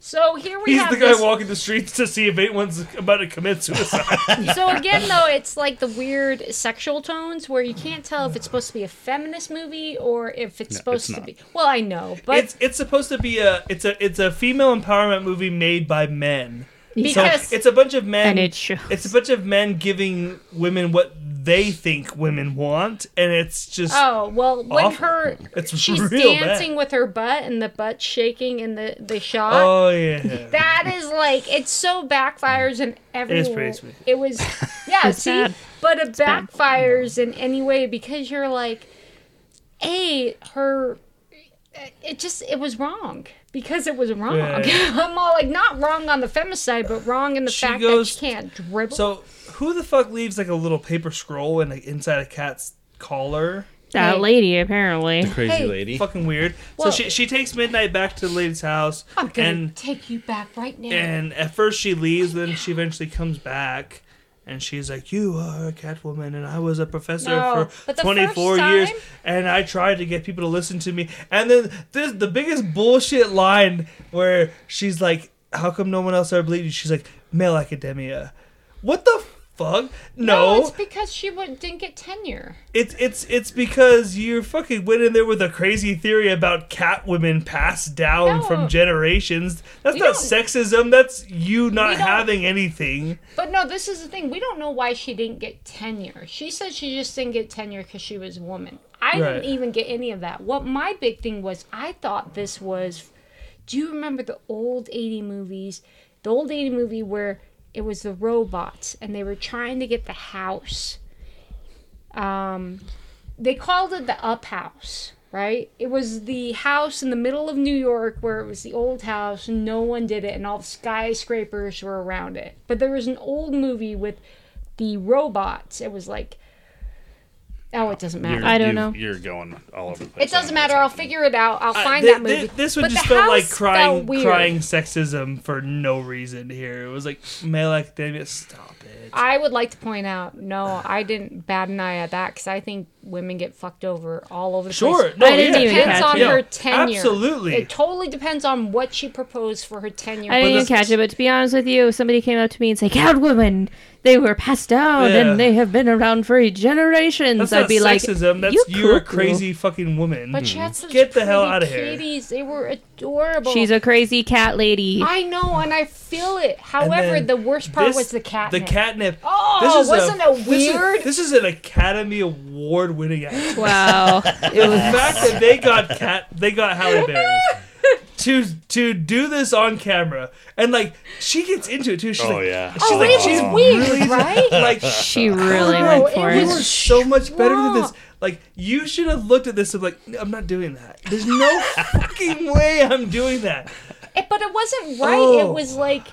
So here we
he's
have
the guy
this.
walking the streets to see if anyone's about to commit suicide.
so again, though, it's like the weird sexual tones where you can't tell if it's supposed to be a feminist movie or if it's supposed
it's
to
not.
be. Well, I know, but
it's it's supposed to be a it's a it's a female empowerment movie made by men.
because
So it's a bunch of men.
And it shows.
It's a bunch of men giving women what they think women want, and it's just
Oh well, when
Awful.
her
It's
she's
real bad.
dancing with her butt and the butt shaking in the the shot.
oh yeah.
That is like it so backfires in every.
It's pretty sweet.
It was yeah.
It's
see,
bad.
but it
bad.
backfires in any way because you're like, a her. It just it was wrong because it was wrong.
Yeah.
I'm all like not wrong on the femicide, but wrong in the
She
fact
goes-
that she can't dribble.
So who the fuck leaves like a little paper scroll in, like, inside a cat's collar?
That
Hey.
lady apparently.
Crazy
Hey,
lady.
Fucking weird.
Well-
so she she takes Midnight back to the lady's house,
I'm gonna
and
take you back right now.
and at first she leaves, then she eventually comes back. And she's like, "You are a Catwoman, and I was a professor
No,
for
but the
24
first
years,
time-
and I tried to get people to listen to me." And then this the biggest bullshit line where she's like, "How come no one else ever believed you?" She's like, "Male academia." What the fuck?
no,
No,
it's because she would, didn't get tenure.
It's it's it's because you fucking went in there with a crazy theory about cat women passed down
No.
from generations. That's
We
not
don't-
sexism. That's you not
don't-
having anything.
But no, this is the thing. We don't know why she didn't get tenure. She said she just didn't get tenure because she was a woman. I
Right.
didn't even get any of that. What my big thing was, I thought this was. Do you remember the old 80 movies? The old 80 movie where it was the robots and they were trying to get the house. Um, they called it the Up House, right? It was the house in the middle of New York where it was the old house, and no one did it, and all the skyscrapers were around it. But there was an old movie with the robots. It was like, oh, it doesn't matter.
You're-
I don't
you-
know.
You're going all over the place.
it doesn't matter. I'll figure it out. I'll find
Th-
that
th-
movie.
this would
But
just
the
felt like
house
crying
felt weird.
crying sexism for no reason here. It was like male academia. Stop it.
I would like to point out, no, I didn't bat an eye at that because I think women get fucked over all over the
Sure.
place.
No,
I didn't
yeah,
even
yeah,
depends
catch
on
it.
yeah.
her tenure.
Absolutely.
It totally depends on what she proposed for her tenure.
I didn't even
this-
catch it, but to be honest with you, somebody came up to me and said, Catwoman, they were passed down
Yeah.
and they have been around for generations.
that's
I'd
not
be like,
sexism. that's
"You
you're a
cuckoo."
crazy fucking woman. Hmm.
But she had such
Mm-hmm. Get the hell
pretty
outta here.
Kitties. They were adorable.
She's a crazy cat lady.
I know, and I feel it.
And
However,
then
the worst part
this-
was the
The
catnip.
catnip.
Oh, wasn't it
this is-
weird?
This is, an Academy Award winning actor.
wow. It was
the fact that they got cat they got Halle Berry to to do this on camera and like she gets into it too. She's
Oh
like,
yeah.
she's
oh,
like,
it
she's
was weird,
really-
right?
like
she really
No,
went for
it
Oh, it.
you were so much better than this.
wrong.
Like you should have looked at this and like I'm not doing that. There's no fucking way I'm doing that.
It- but it wasn't right.
Oh.
It was like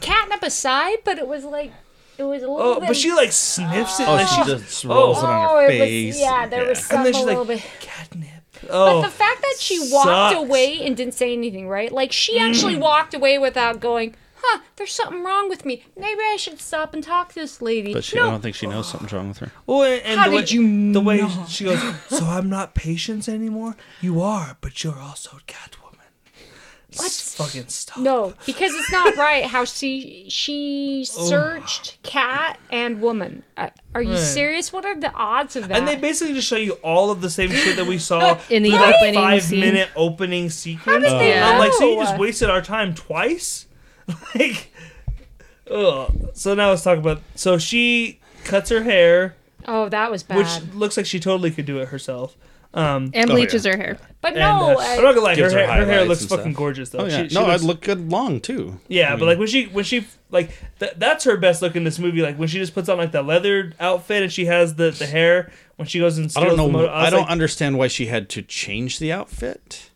catnip aside, but it was like it was a little
Oh,
bit.
but she like sniffs it
Oh,
and
she
she's
just rolls it on
oh,
her
it
face.
was yeah. There was
and
some a
then she's
little
like
bit.
catnip. Oh,
but the fact that she walked
sucks. Mm.
away and didn't say anything, right? Like she actually walked away without going, "Huh, there's something wrong with me. Maybe I should stop and talk to this lady."
But she, I
no,
don't think she knows something's wrong with her.
Well, and, and
How
the way,
did you
The way
know?
she goes, so I'm not patience anymore. You are, but you're also Catwoman. What? Fucking stop.
no, because it's not right how she she searched cat and woman. Uh, are you
Oh. Right.
serious? What are the odds of that?
And they basically just show you all of the same shit that we saw
In the
for that
opening
five
scene.
minute opening sequence.
did they
I'm like, so you
know?
just wasted our time twice? like, ugh. So now let's talk about. So she cuts her hair,
oh, that was bad.
which looks like she totally could do it herself. Um,
and
Oh,
bleaches
yeah.
her hair.
but
and, uh,
no,
I'm
uh,
not gonna lie, her,
Gives her
hair, her hair
highlights
looks
and
fucking
stuff.
gorgeous though.
Oh yeah,
She- she
no,
looks-
I'd look good long too.
Yeah, but like when she when she like th- that's her best look in this movie. Like when she just puts on like the leather outfit and she has the the hair when she goes and
I don't
steals
know.
The motor,
I,
was
don't
like,
understand why she had to change the outfit.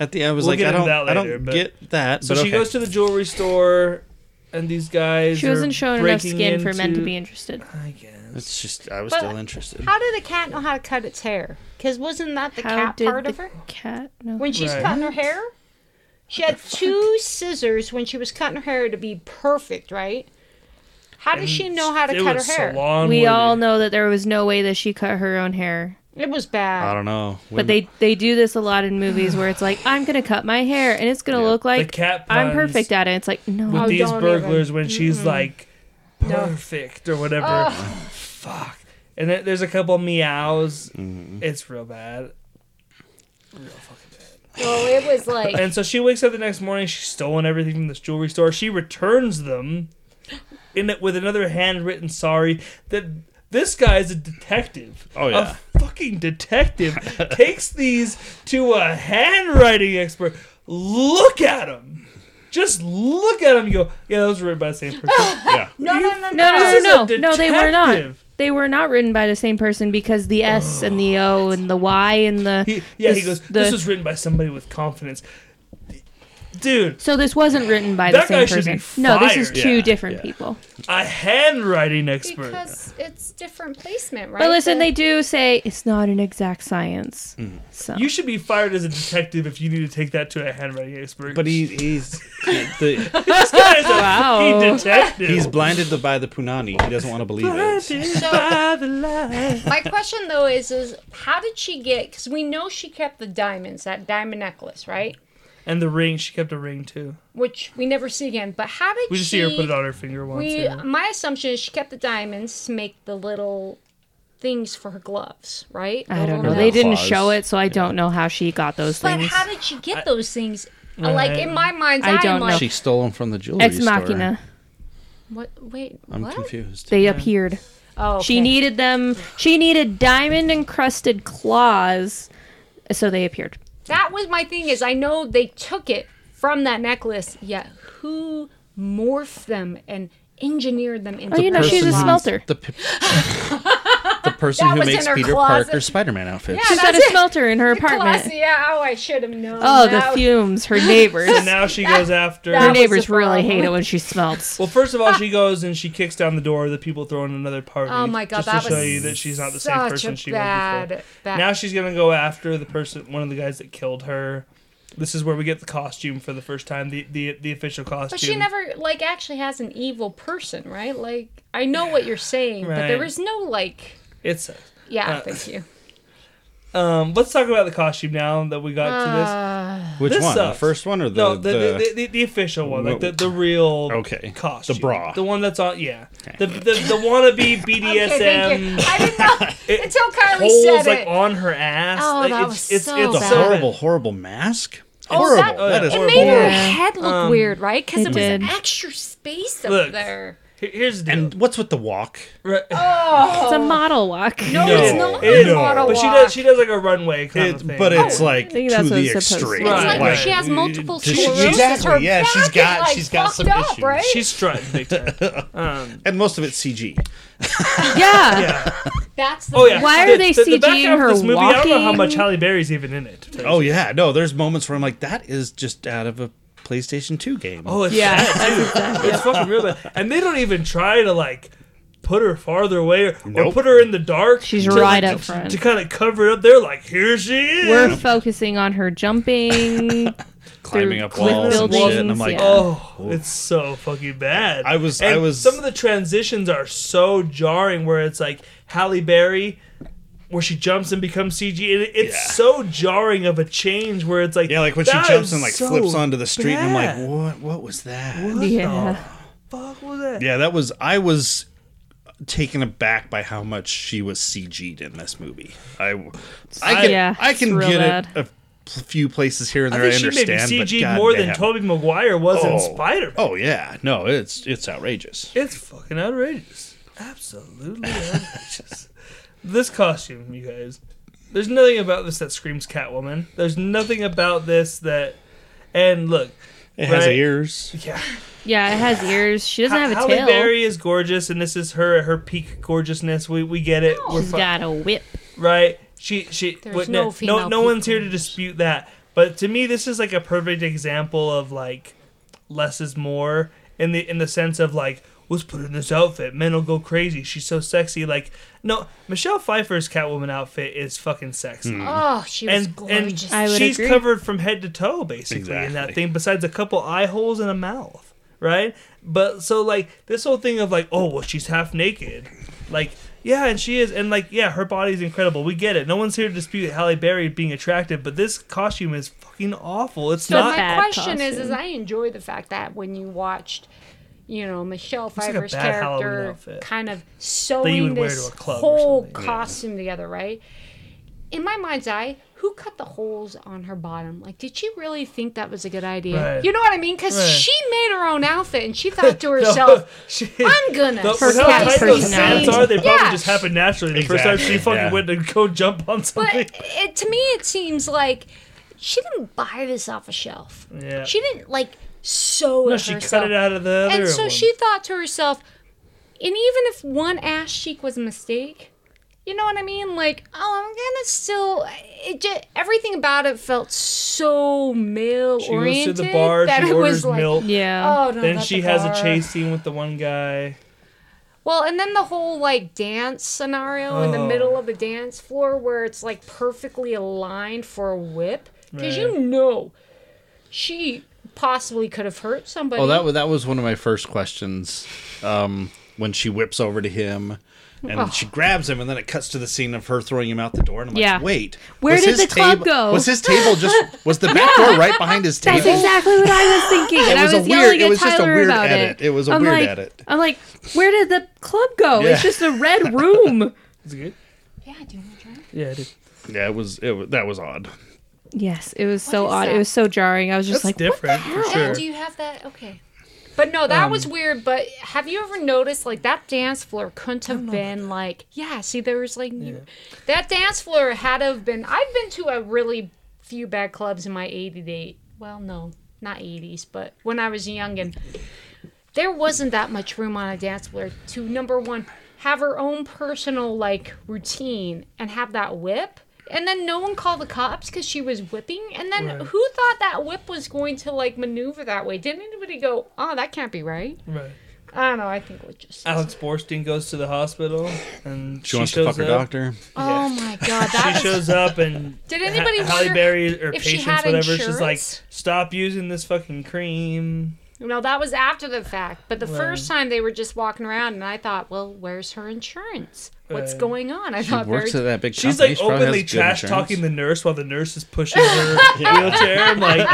At the end, I was
We'll
like,
get
I
into
don't,
that
I
later,
don't
but-
get that.
So
but
she
okay.
goes to the jewelry store, and these guys.
She
are
wasn't shown enough
breaking
skin for men to
into-
be interested.
I guess.
It's just, I was
But
still interested.
how did the cat know how to cut its hair? Because wasn't that the
How
cat
did
part
the
of her?
cat? No.
when she's
Right.
cutting her hair. She had two scissors when she was cutting her hair to be perfect, right? How does she know how to
It
cut her
was
hair?
salon
we
worthy.
all know that there was no way that she cut her own hair.
It was
I
bad.
don't know.
But they they do this a lot in movies where it's like I'm gonna cut my hair and it's gonna look like
cat
I'm
puns
perfect at it. It's like
with
no,
Oh,
these
don't
burglars when she's like
No.
perfect or whatever. Fuck. And there- there's a couple meows.
Mm-hmm.
It's real bad.
Well, it was like
And so she wakes up the next morning. She's stolen everything from this jewelry store. She returns them in it with another handwritten sorry that this guy is a detective.
Oh, yeah.
A fucking detective takes these to a handwriting expert. Look at them. Just look at them. You go, yeah, those were written by the same person.
yeah.
no, no, no, no.
no,
This
no,
is
no,
a
no, no, they were not.
detective.
They were not written by the same person because the S and the O and the Y and the
He, yeah, he
this-
goes,
the-
this was written by somebody with confidence. Dude,
So this wasn't written by
That
the
guy
same
should be
person. No, this is
fired.
two
Yeah,
different
yeah.
people.
a handwriting expert.
Because it's different placement, right?
But listen,
The-
they do say it's not an exact science.
Mm-hmm.
So
You should be fired as a detective if you need to take that to a handwriting expert.
But he, he's the,
this guy is a
Wow.
fucking detective.
he's blinded by the punani. He doesn't want to believe it.
by the light.
My question though is, is how did she get? Because we know she kept the diamonds, that diamond necklace, right?
And the ring, she kept a ring too.
Which we never see again. But how did
We just
she?
see her put it on her finger once.
We,
yeah.
my assumption is she kept the diamonds to make the little things for her gloves, right?
I
The
don't
little
know. They
did-
didn't
Claws.
show it, so I don't know how she got those
But
things.
how did she get those things? like in my mind's
I
eye,
don't
I'm like,
She stole him from the jewelry
Ex
store.
Machina.
what? Wait,
I'm
what?
confused.
They appeared.
Oh, okay.
She needed them. She needed diamond encrusted claws, so they appeared.
that was my thing. Is I know they took it from that necklace. Yeah, who morphed them and engineered them into?
Oh, you know, she's a
personalized-
smelter.
The, pe- the person
That
who
was in
makes
her
Peter
closet.
Parker's Spider-Man outfits.
Yeah,
She's got a
that's it.
smelter in her apartment.
Classy, yeah. Oh, I should have known.
Oh, the
That was-
fumes. Her neighbors.
And now she goes after.
That
Her
was
neighbors
the
really
problem.
hate it when she smells.
well, first of all, she goes and she kicks down the door. The people throw in another party.
Oh my god,
just
that
to
was
show you that she's not the same
such
person
a
she was
bad,
before.
bad.
Now she's gonna go after the person, one of the guys that killed her. This is where we get the costume for the first time, the the, the official costume.
But she never like actually has an evil person, right? Like I know what you're saying, but there
Right.
is no like
It sucks.
yeah,
Uh,
thank you.
Um, let's talk about the costume now that we got to
Uh,
this.
Which
This
one?
sucks.
The first one or the,
no, the the, the, the, official one, like the, the real
Okay.
costume,
The bra.
the one that's on, yeah, the, the the wannabe BDSM
Okay, thank you. I didn't know
It
until Kylie
holes
said
like
it.
on her ass.
Oh,
like,
that
it's,
was
it's,
so
it's
the
bad.
so
horrible, horrible mask?
Oh,
horrible.
that-
that is
it
horrible.
made her
Yeah.
head look weird, right? Because
it
it
did.
was extra space up
Look.
there.
Here- Here's the
And
deal.
what's with the walk?
Right.
Oh,
It's a model walk.
No, it's
No,
not.
it is,
a model
but she
walk.
does she does like a runway kind
It,
of thing.
but
Oh,
it's like
think
to
that's what
the
it's supposed to
extreme.
be.
It's like
Right.
she has multiple
Does she-
sclerosis.
exactly,
Her
yeah, she's
back
got-
is, like,
she's got
fucked
some
up,
issues.
Right?
she's strutting big time.
and most of it's CG.
Yeah.
That's the
Oh yeah.
Why
The-
are they
the, the back
CGing
half of
her
this movie, I don't know how
walking?
much Halle Berry's even in it.
Oh yeah, no. There's moments where I'm like, that is just out of a PlayStation 2 game.
Oh, it's
Yeah,
bad, too. it's fucking real bad. And they don't even try to like put her farther away or, or
Nope.
put her in the dark.
She's
to-
right up
to-
front.
To kind of cover it up. They're like, here she is.
We're focusing on her jumping.
climbing
through
up
cliff
walls and shit. And I'm
buildings,
like,
yeah.
Oh, it's so fucking bad.
I was-
And
I was-
Some of the transitions are so jarring, where it's like Halle Berry, where she jumps and becomes CG. It, it's
Yeah.
so jarring of a change, where it's like
yeah, like when she
that
jumps
is
and like
so
flips onto the street, and
bad.
I'm like, what? What was that?
What
Yeah.
the fuck was that?
Yeah, that was I was taken aback by how much she was CG'd in this movie. I, I can,
Yeah,
I
it's
can
real
get
bad.
it a few places here and
I
there. I,
think she maybe
understand, but
CG
God
more than
damn.
Tobey Maguire was
oh,
in Spider.
Oh yeah, no, it's it's outrageous.
It's fucking outrageous. Absolutely outrageous. this costume, you guys. There's nothing about this that screams Catwoman. There's nothing about this that. And look,
It has
Right.
ears.
yeah,
yeah, it has ears. She doesn't have a
Halle
tail.
Berry is gorgeous, and this is her her peak gorgeousness. We we get it. We're
She's
fi-
got a whip.
right? She she
There's
what-
no
no no,
female
no one's here to
peacock.
dispute that. But to me, this is like a perfect example of like less is more in the in the sense of like let's put her in this outfit, men will go crazy. She's so sexy. Like no, Michelle Pfeiffer's Catwoman outfit is fucking sexy.
Oh, she was
And
gorgeous.
and
I would
she's
agree.
covered from head to toe basically in that
Exactly.
thing, besides a couple eye holes and a mouth, right? But so like this whole thing of like oh well she's half naked, like yeah and she is and like yeah her body's incredible. We get it. No one's here to dispute Halle Berry being attractive, but this costume is fucking awful. It's
So
But
not.
my
bad
question is, is
costume.
I enjoy the fact that when you watched, you know, Michelle
like a
Pfeiffer's
bad Halloween
character
outfit
kind of
That you
sewing
would wear
this
to a club or
whole
something.
costume together, right? In my mind's eye, who cut the holes on her bottom? Like, did she really think that was a good idea?
Right.
You know what I mean? Because
Right.
she made her own outfit and she thought to herself,
she-
"I'm gonna."
But
For
with how
cat
tight those
personality.
pants are, they probably
Yeah.
just happen naturally. The first time she
Exactly,
fucking
yeah.
went to go jump on something.
But it, to me, it seems like she didn't buy this off a shelf.
Yeah.
She didn't like sew
no,
it
she
herself.
cut it out of the other
and so
one.
she thought to herself, and even if one ass cheek was a mistake, you know what I mean? Like, oh, I'm gonna still. It just everything about it felt so male
She goes to
oriented.
the bar.
that
She
it
orders
was like,
milk.
Yeah.
Oh no!
Then
not
she
the
has a
bar.
chase scene with the one guy.
Well, and then the whole like dance scenario in the
Oh.
middle of the dance floor where it's like perfectly aligned for a whip, because
Right.
you know, she possibly could have hurt somebody.
Oh, that was that was one of my first questions. Um, when she whips over to him. And
Oh.
she grabs him, and then it cuts to the scene of her throwing him out the door. And I'm like,
Yeah.
"Wait,
Where
was
did
his
the club
tab-
go?"
Was his table just was the back door right behind his table?
That's exactly what I was thinking. and
was
I
a weird-
was yelling
it
at
was just a
Tyler
weird
about
edit.
it.
It was a
I'm
weird
like,
edit.
I'm like, where did the club go? It's
Yeah.
just a red room.
Is it good?
yeah, do you want to try? it?
Yeah, I did.
Yeah, it was. It was that was odd.
yes, it was so
is
odd.
that?
It was so jarring. I was
That's
just like,
different for
Yeah,
sure.
Oh,
Um,
do you have that? Okay. But no, that was weird. But have you ever noticed like that dance floor couldn't have been like yeah? See, there was like that dance floor had to have been. I've been to a really few bad clubs in my '88. Well, no, not '80s, but when I was young and there wasn't that much room on a dance floor to number one have her own personal like routine and have that whip and then no one called the cops because she was whipping and then
Right.
who thought that whip was going to like maneuver that way didn't anybody go oh that can't be right
Right.
i don't know i think it was just
Alex Borstein goes to the hospital, and
She,
she,
wants to
shows
fuck her
up.
doctor.
oh my god that
She
is
shows up and
Did anybody
Halle
wonder
Berry or
if she
patients
had
whatever she's like
insurance?
stop using this fucking cream.
no that was after the fact but the
Right.
first time they were just walking around and i thought well where's her insurance what's
Right.
going on i thought very
Works at that big.
She's
company.
like
She probably
openly
has good
trash
insurance.
talking the nurse while the nurse is pushing her wheelchair. I'm like,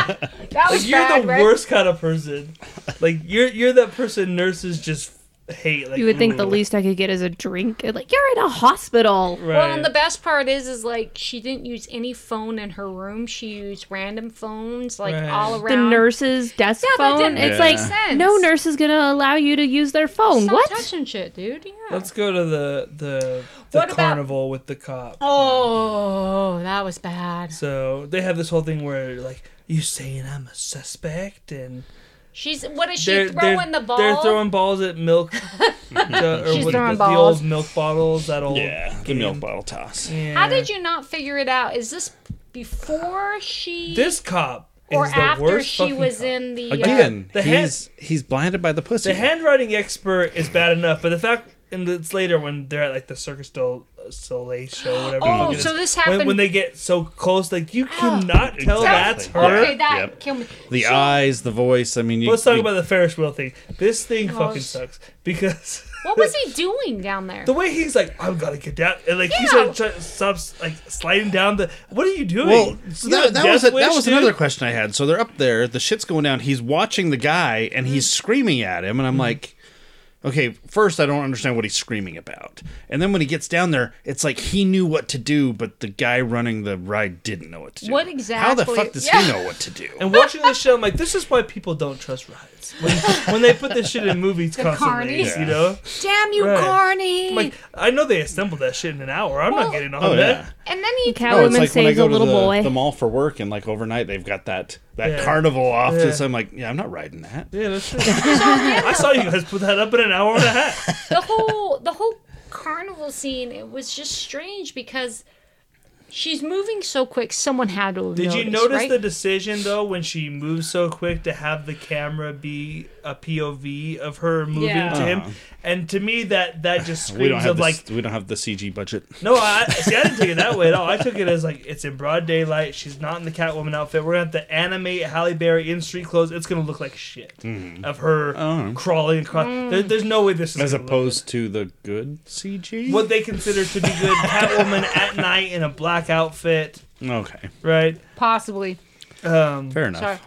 that was
you're
bad,
the
right?
worst kind of person. Like you're you're that person nurses just hate. Like
you would think the
ooh.
least I could get is a drink. And, Like, you're in a hospital.
Right.
Well, and the best part is, is like she didn't use any phone in her room. She used random phones, like
Right.
all
The
around.
nurse's desk
Yeah, that
phone.
didn't
It's
make
like,
sense.
no nurse is going to allow you to use their phone.
Stop
what?
touching shit, dude. Yeah.
Let's go to the the, the
What about-
carnival with the cop.
Oh, that was bad.
So they have this whole thing where like you saying I'm a suspect and
She's what is she
they're
throwing
they're,
the ball?
they're throwing balls at milk the, or
She's
what-
throwing
the,
balls.
the old milk bottles that old
Yeah, the milk bottle toss.
Yeah.
How did you not figure it out? Is this before she
this cop
or
is the
after
worst
she
fucking
was
cop.
in the uh,
Again,
The
he's he's blinded by the pussy.
the handwriting expert is bad enough but the fact and it's later when they're at like the Circus du Soleil show, whatever. the
Oh,
fuck it
so
is.
this
When- when,
happened-
they get so close, like you cannot tell that's
Exactly.
her.
Okay, that
Yep.
killed me.
The eyes, the voice. I mean, you,
Let's talk
you-
about the Ferris wheel thing. This thing fucking
Gosh.
sucks because
What was he doing down there?
the way he's like, I've got to get down, and like he's
Yeah.
like try, stops like sliding down the. What are you doing?
Well, so
You got
that, that was
death
a, that
wish,
was
dude?
another question I had. So they're up there, the shit's going down. He's watching the guy, and he's screaming at him, and I'm like, okay, first I don't understand what he's screaming about, and then when he gets down there, it's like he knew what to do, but the guy running the ride didn't know what to do.
What
How the
exactly-
fuck does
Yeah.
he know what to do?
And watching this show, I'm like, this is why people don't trust rides. When, when they put this shit in movies constantly,
carnies.
you know.
Damn you,
Right.
Carney!
I'm like, I know they assembled that shit in an hour. I'm
Well-
not getting on
Oh yeah.
that.
and then he
Oh,
Cat- Catwoman saves a little
the,
boy.
the mall for work and like overnight they've got that that
Yeah.
carnival off
Yeah.
so I'm like yeah I'm not riding that
Yeah, that's true. I saw you guys put that up in an hour and a half.
the whole the whole carnival scene. It was just strange because she's moving so quick. Someone had to. have
Did you
noticed,
notice
right?
the decision though when she moved so quick to have the camera be a POV of her moving
Yeah.
to him? And to me, that that just
Uh-huh. we don't
screams
have
of
the
like,
s- we don't have the CG budget
no, I see. I didn't take it that way at all. I took it as like it's in broad daylight. She's not in the Catwoman outfit. We're gonna have to animate Halle Berry in street clothes. It's gonna look like shit
Mm-hmm.
of her crawling across. There, there's no way this is
as
gonna look
opposed to the good CG
what they consider to be good Catwoman at night in a black outfit,
okay
right?
possibly?
Um,
fair enough
Sorry.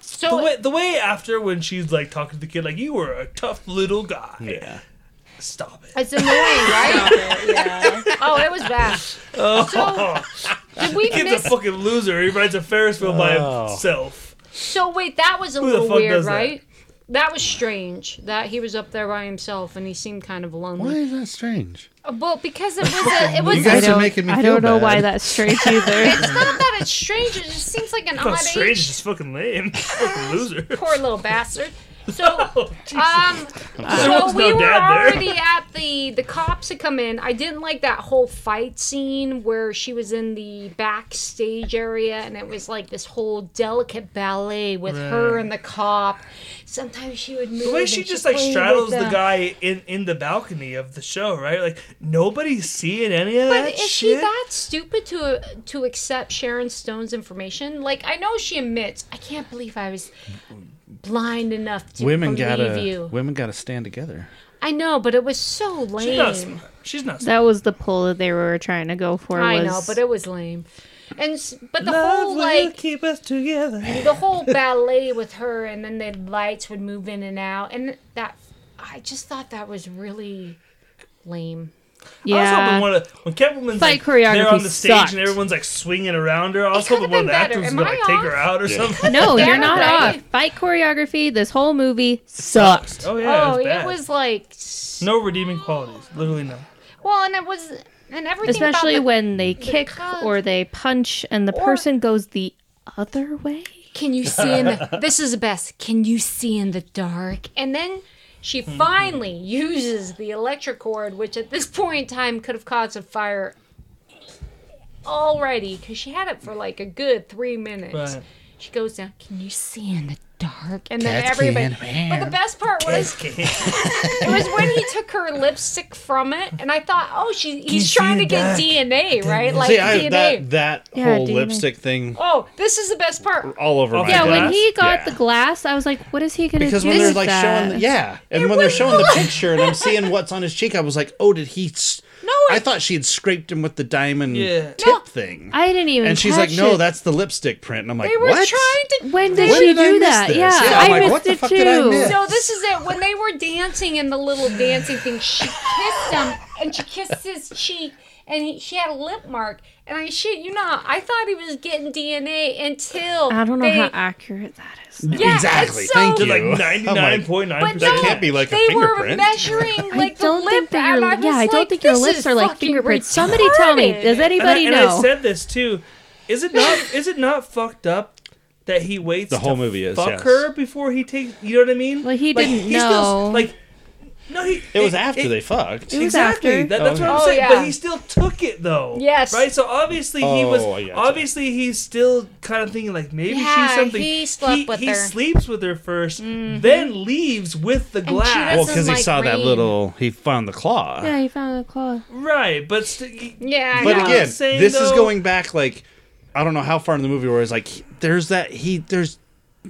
So
the way the way after when she's like talking to the kid, like you were a tough little guy.
yeah
Stop it.
it's annoying, right? Oh, it was bad. So
Oh.
did we
Kid's
miss?
a fucking loser. He rides a Ferris wheel by
Oh.
himself.
so wait, that was a
the
little
fuck
weird,
does that?
right? That? was strange that he was up there by himself and he seemed kind of
why
lonely.
is that strange
Well, because it was a, it was
guys are
I don't,
making me
I
feel
don't know why
bad.
that's strange either.
It's not that it's strange. It just seems like an
Oh,
odd
strange.
age.
She's fucking lame. fucking loser.
Poor little bastard. So
Oh, Jesus.
Um, so
was
we
no dad
were
there.
already at the the cops had come in. I didn't like that whole fight scene where she was in the backstage area and it was like this whole delicate ballet with her
Right.
and the cop. Sometimes she would move.
the way
and
she
she'd
just like
play with
straddles the
them.
guy in in the balcony of the show, right? Like nobody's seeing any of
But
that
is
shit.
she that stupid to to accept Sharon Stone's information? Like I know she admits, I can't believe I was blind enough to
women
believe
gotta
you.
women gotta stand together
I know, but it was so lame.
She's not smart. She's not smart.
that was the pull that they were trying to go for.
I
was,
know, but it was lame. And s- but the
Love
whole
will
like
keep us together.
the whole ballet with her, and then the lights would move in and out, and that I just thought that was really lame.
I was hoping
yeah.
one of when Catwoman's
Fight
like they're on
choreography
the stage
sucked.
and everyone's like swinging around her. I was
It could've
hoping one of the
been better.
actors
Am
would
I
like take her
off?
out or something.
no, you're
Better,
not
right?
off. Fight choreography. This whole movie sucked.
Oh yeah,
oh,
it was bad.
like s-
no redeeming qualities. Literally none.
well, and it was and everything.
Especially
about the-
when they kick
cut.
or they punch and the person goes the other way.
can you see in the this is the best. Can you see in the dark? And then. She
Mm-hmm.
finally uses the electric cord, which at this point in time could have caused a fire already, because she had it for like a good three minutes.
But
She goes down. Can you see in the dark? And then everybody. But the best part was it was when he took her lipstick from it, and I thought, oh, she he's
see
trying to
in
get
dark?
DNA right, like
see I,
DNA.
that that
Yeah,
whole
DNA.
lipstick thing
oh, this is the best part.
all over my
Yeah, when
glass.
he got
Yeah.
the glass, I was like, "What is he gonna
because
do?"
when they're
with
like
that?
showing, the, yeah, and when they're showing the picture, and I'm seeing what's on his cheek, I was like, oh, did he? s-
No,
I
it-
thought she had scraped him with the diamond
Yeah.
tip
No.
thing.
I didn't even.
and she's
catch
like, no,
it.
that's the lipstick print. And I'm like,
They were
what?
trying to.
When did
When
she
did I
do
miss
that?
this?
Yeah,
Yeah, I'm
I
like,
missed
what the
it
fuck
too.
did I miss?
So this is it. When they were dancing in the little dancing thing, she kissed him, and she kissed his cheek, and he, she had a lip mark. And I shit you not, I thought he was getting DNA until
I don't know
they,
how accurate that is. though.
Yeah,
Exactly,
it's So
thank
They're
you.
like
I'm like,
ninety nine point nine
But
percent.
no,
can't be like a
they were
fingerprint.
measuring like
I don't
the
think
lip.
that your
and I
yeah,
was
I don't
like,
think your
this
lips
is
are like
fucking
fingerprints. Somebody tell me, does
retarded.
And I,
anybody
and I
know?
said this too. Is it not? is it not fucked up that he waits
The whole
to
movie is,
fuck
yes.
her before he takes? You know what I mean?
Well, he didn't
he still-
know.
like No, he.
It was after they fucked.
It was
exactly.
after.
That, that's what I'm
Oh,
saying.
yeah.
But he still took it though.
Yes.
Right. So obviously he was.
Oh, I gotcha.
Obviously he's still kind of thinking like maybe
Yeah,
she's something.
he slept
he,
with
he
her. Mm-hmm.
sleeps with her 1st then leaves with the
she
glass.
well,
This
because
is
he
like
saw that
green.
little, he found the claw.
Yeah, he found a claw.
right. But st-
Yeah.
But
yeah.
again,
saying,
this is
though-
going back like I don't know how far in the movie where it's like he- there's that he there's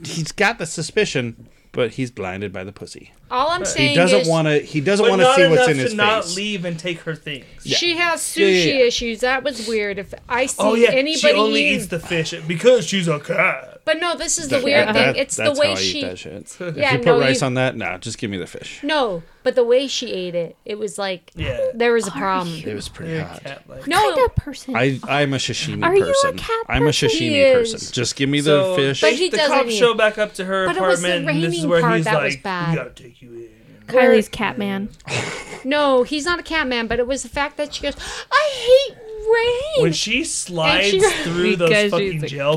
he's got the suspicion, but he's blinded by the pussy.
all I'm saying
He doesn't
is
want to. He doesn't
but
want to
not
see
enough
what's in
to
his
not
face.
leave and take her things.
she has sushi
Yeah, yeah, yeah.
issues. That was weird. If I see
Oh yeah,
anybody
she only
eating-
eats the fish because she's a cat.
But no, this is the
That-
weird
that-
thing. It's the
that's
way
how I eat
she.
that shit.
Yeah,
if you put
no,
rice
you-
on that, nah, just give me the fish.
No, but the way she ate it, it was like
Yeah.
there was a problem.
It was pretty
You're a
hot.
cat, like-
No,
Kind of person.
I I'm a sashimi
Are you a
person.
cat
I'm a
person?
He
sashimi
is.
person. Just give me
So
the fish.
But he
the
doesn't
cops
eat.
show back up to her
But it was the
apartment, and this is
raining
where
part
he's
that
like,
was bad.
"We gotta take you in."
Kylie's Catman.
no, he's not a cat man, but it was the fact that she goes, I hate rain.
When she slides
And she-
through
Because
those
she's
fucking
a
jail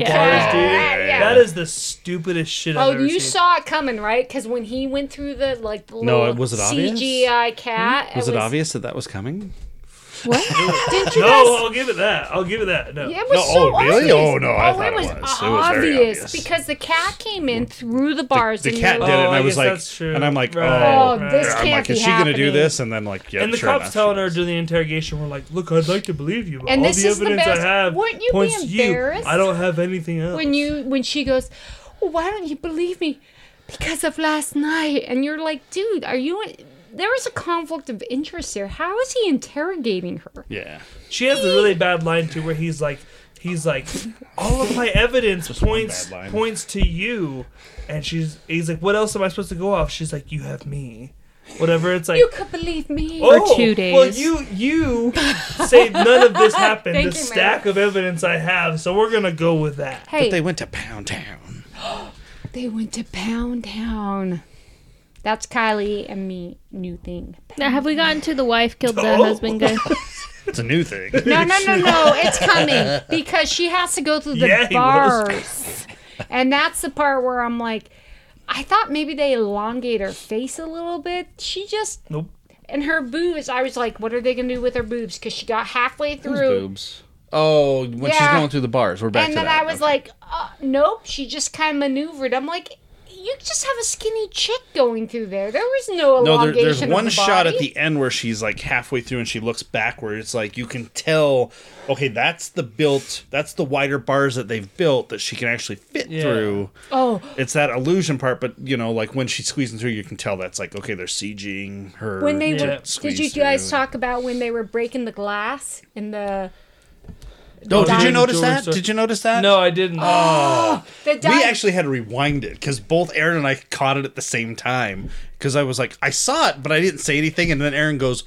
bars,
cat.
dude,
Yeah.
that is the stupidest shit I've
Oh,
ever seen.
you saw it coming, right? Because when he went through the like the
No,
little
was it obvious? Hmm?
CGI cat,
was it obvious that that was coming?
What?
Didn't you
no,
guys?
I'll give it that. I'll give it that. No.
Yeah, it was
No,
so
oh, really?
obvious.
Oh, no, I thought it was. It was very obvious.
because the cat came in through the bars.
The
and
cat
you're
did
like,
it,
Oh,
and
I
I was
guess
like,
that's true.
and I'm like,
Right,
Oh,
oh,
right.
this
I'm
can't
like,
be
is she gonna do
happening.
this? And then like, yeah,
and the
sure
cops
enough,
telling
she
her
was.
during the interrogation, "We're like, look, I'd like to believe you, but
And
all
this
the
is the
evidence
best-
I have
Wouldn't you be
points to you.
embarrassed
I don't have anything else."
when you when she goes, well, why don't you believe me? Because of last night, and you're like, dude, are you? There is a conflict of interest here. How is he interrogating her?
Yeah.
She has a really bad line too, where he's like, he's like, all of my evidence points
bad line.
points to you, and she's he's like, what else am I supposed to go off? She's like, you have me, whatever. It's like.
You could believe me.
oh,
two
Well,
days.
you you say none of this happened.
Thank
the
you, Mary.
stack of evidence I have, so we're gonna go with that.
hey,
They went to Pound Town.
They went to Pound Town. That's Kylie and me new thing.
Now, have we gotten to the wife killed the husband guy?
It's a new thing.
No, no, no, no. It's coming because she has to go through the
Yeah, he was.
bars. And that's the part where I'm like, I thought maybe they elongate her face a little bit. She just,
Nope.
and her boobs, I was like, what are they going to do with her boobs? Because she got halfway through.
boobs. Oh, when she's
Yeah.
going through the bars, we're back
And
to
then
that.
I was like, uh, nope. She just kind of maneuvered. I'm like, you just have a skinny chick going through there. There was no elongation.
no, there, there's
of
one
the
shot at
body.
the end where she's like halfway through and she looks backward. It's like you can tell, okay, that's the built, that's the wider bars that they've built that she can actually fit
Yeah.
through.
Oh,
It's that illusion part, but you know, like when she's squeezing through, you can tell that's like okay, they're CGing her.
when they
to
were, did
squeeze
you guys
through.
talk about when they were breaking the glass in the
No, Oh, did you
Diamond
notice
jewelry
that?
store.
Did you notice that?
No, I didn't.
the
We
di-
actually had to rewind it because both Aaron and I caught it at the same time. Because I was like, I saw it, but I didn't say anything. And then Aaron goes,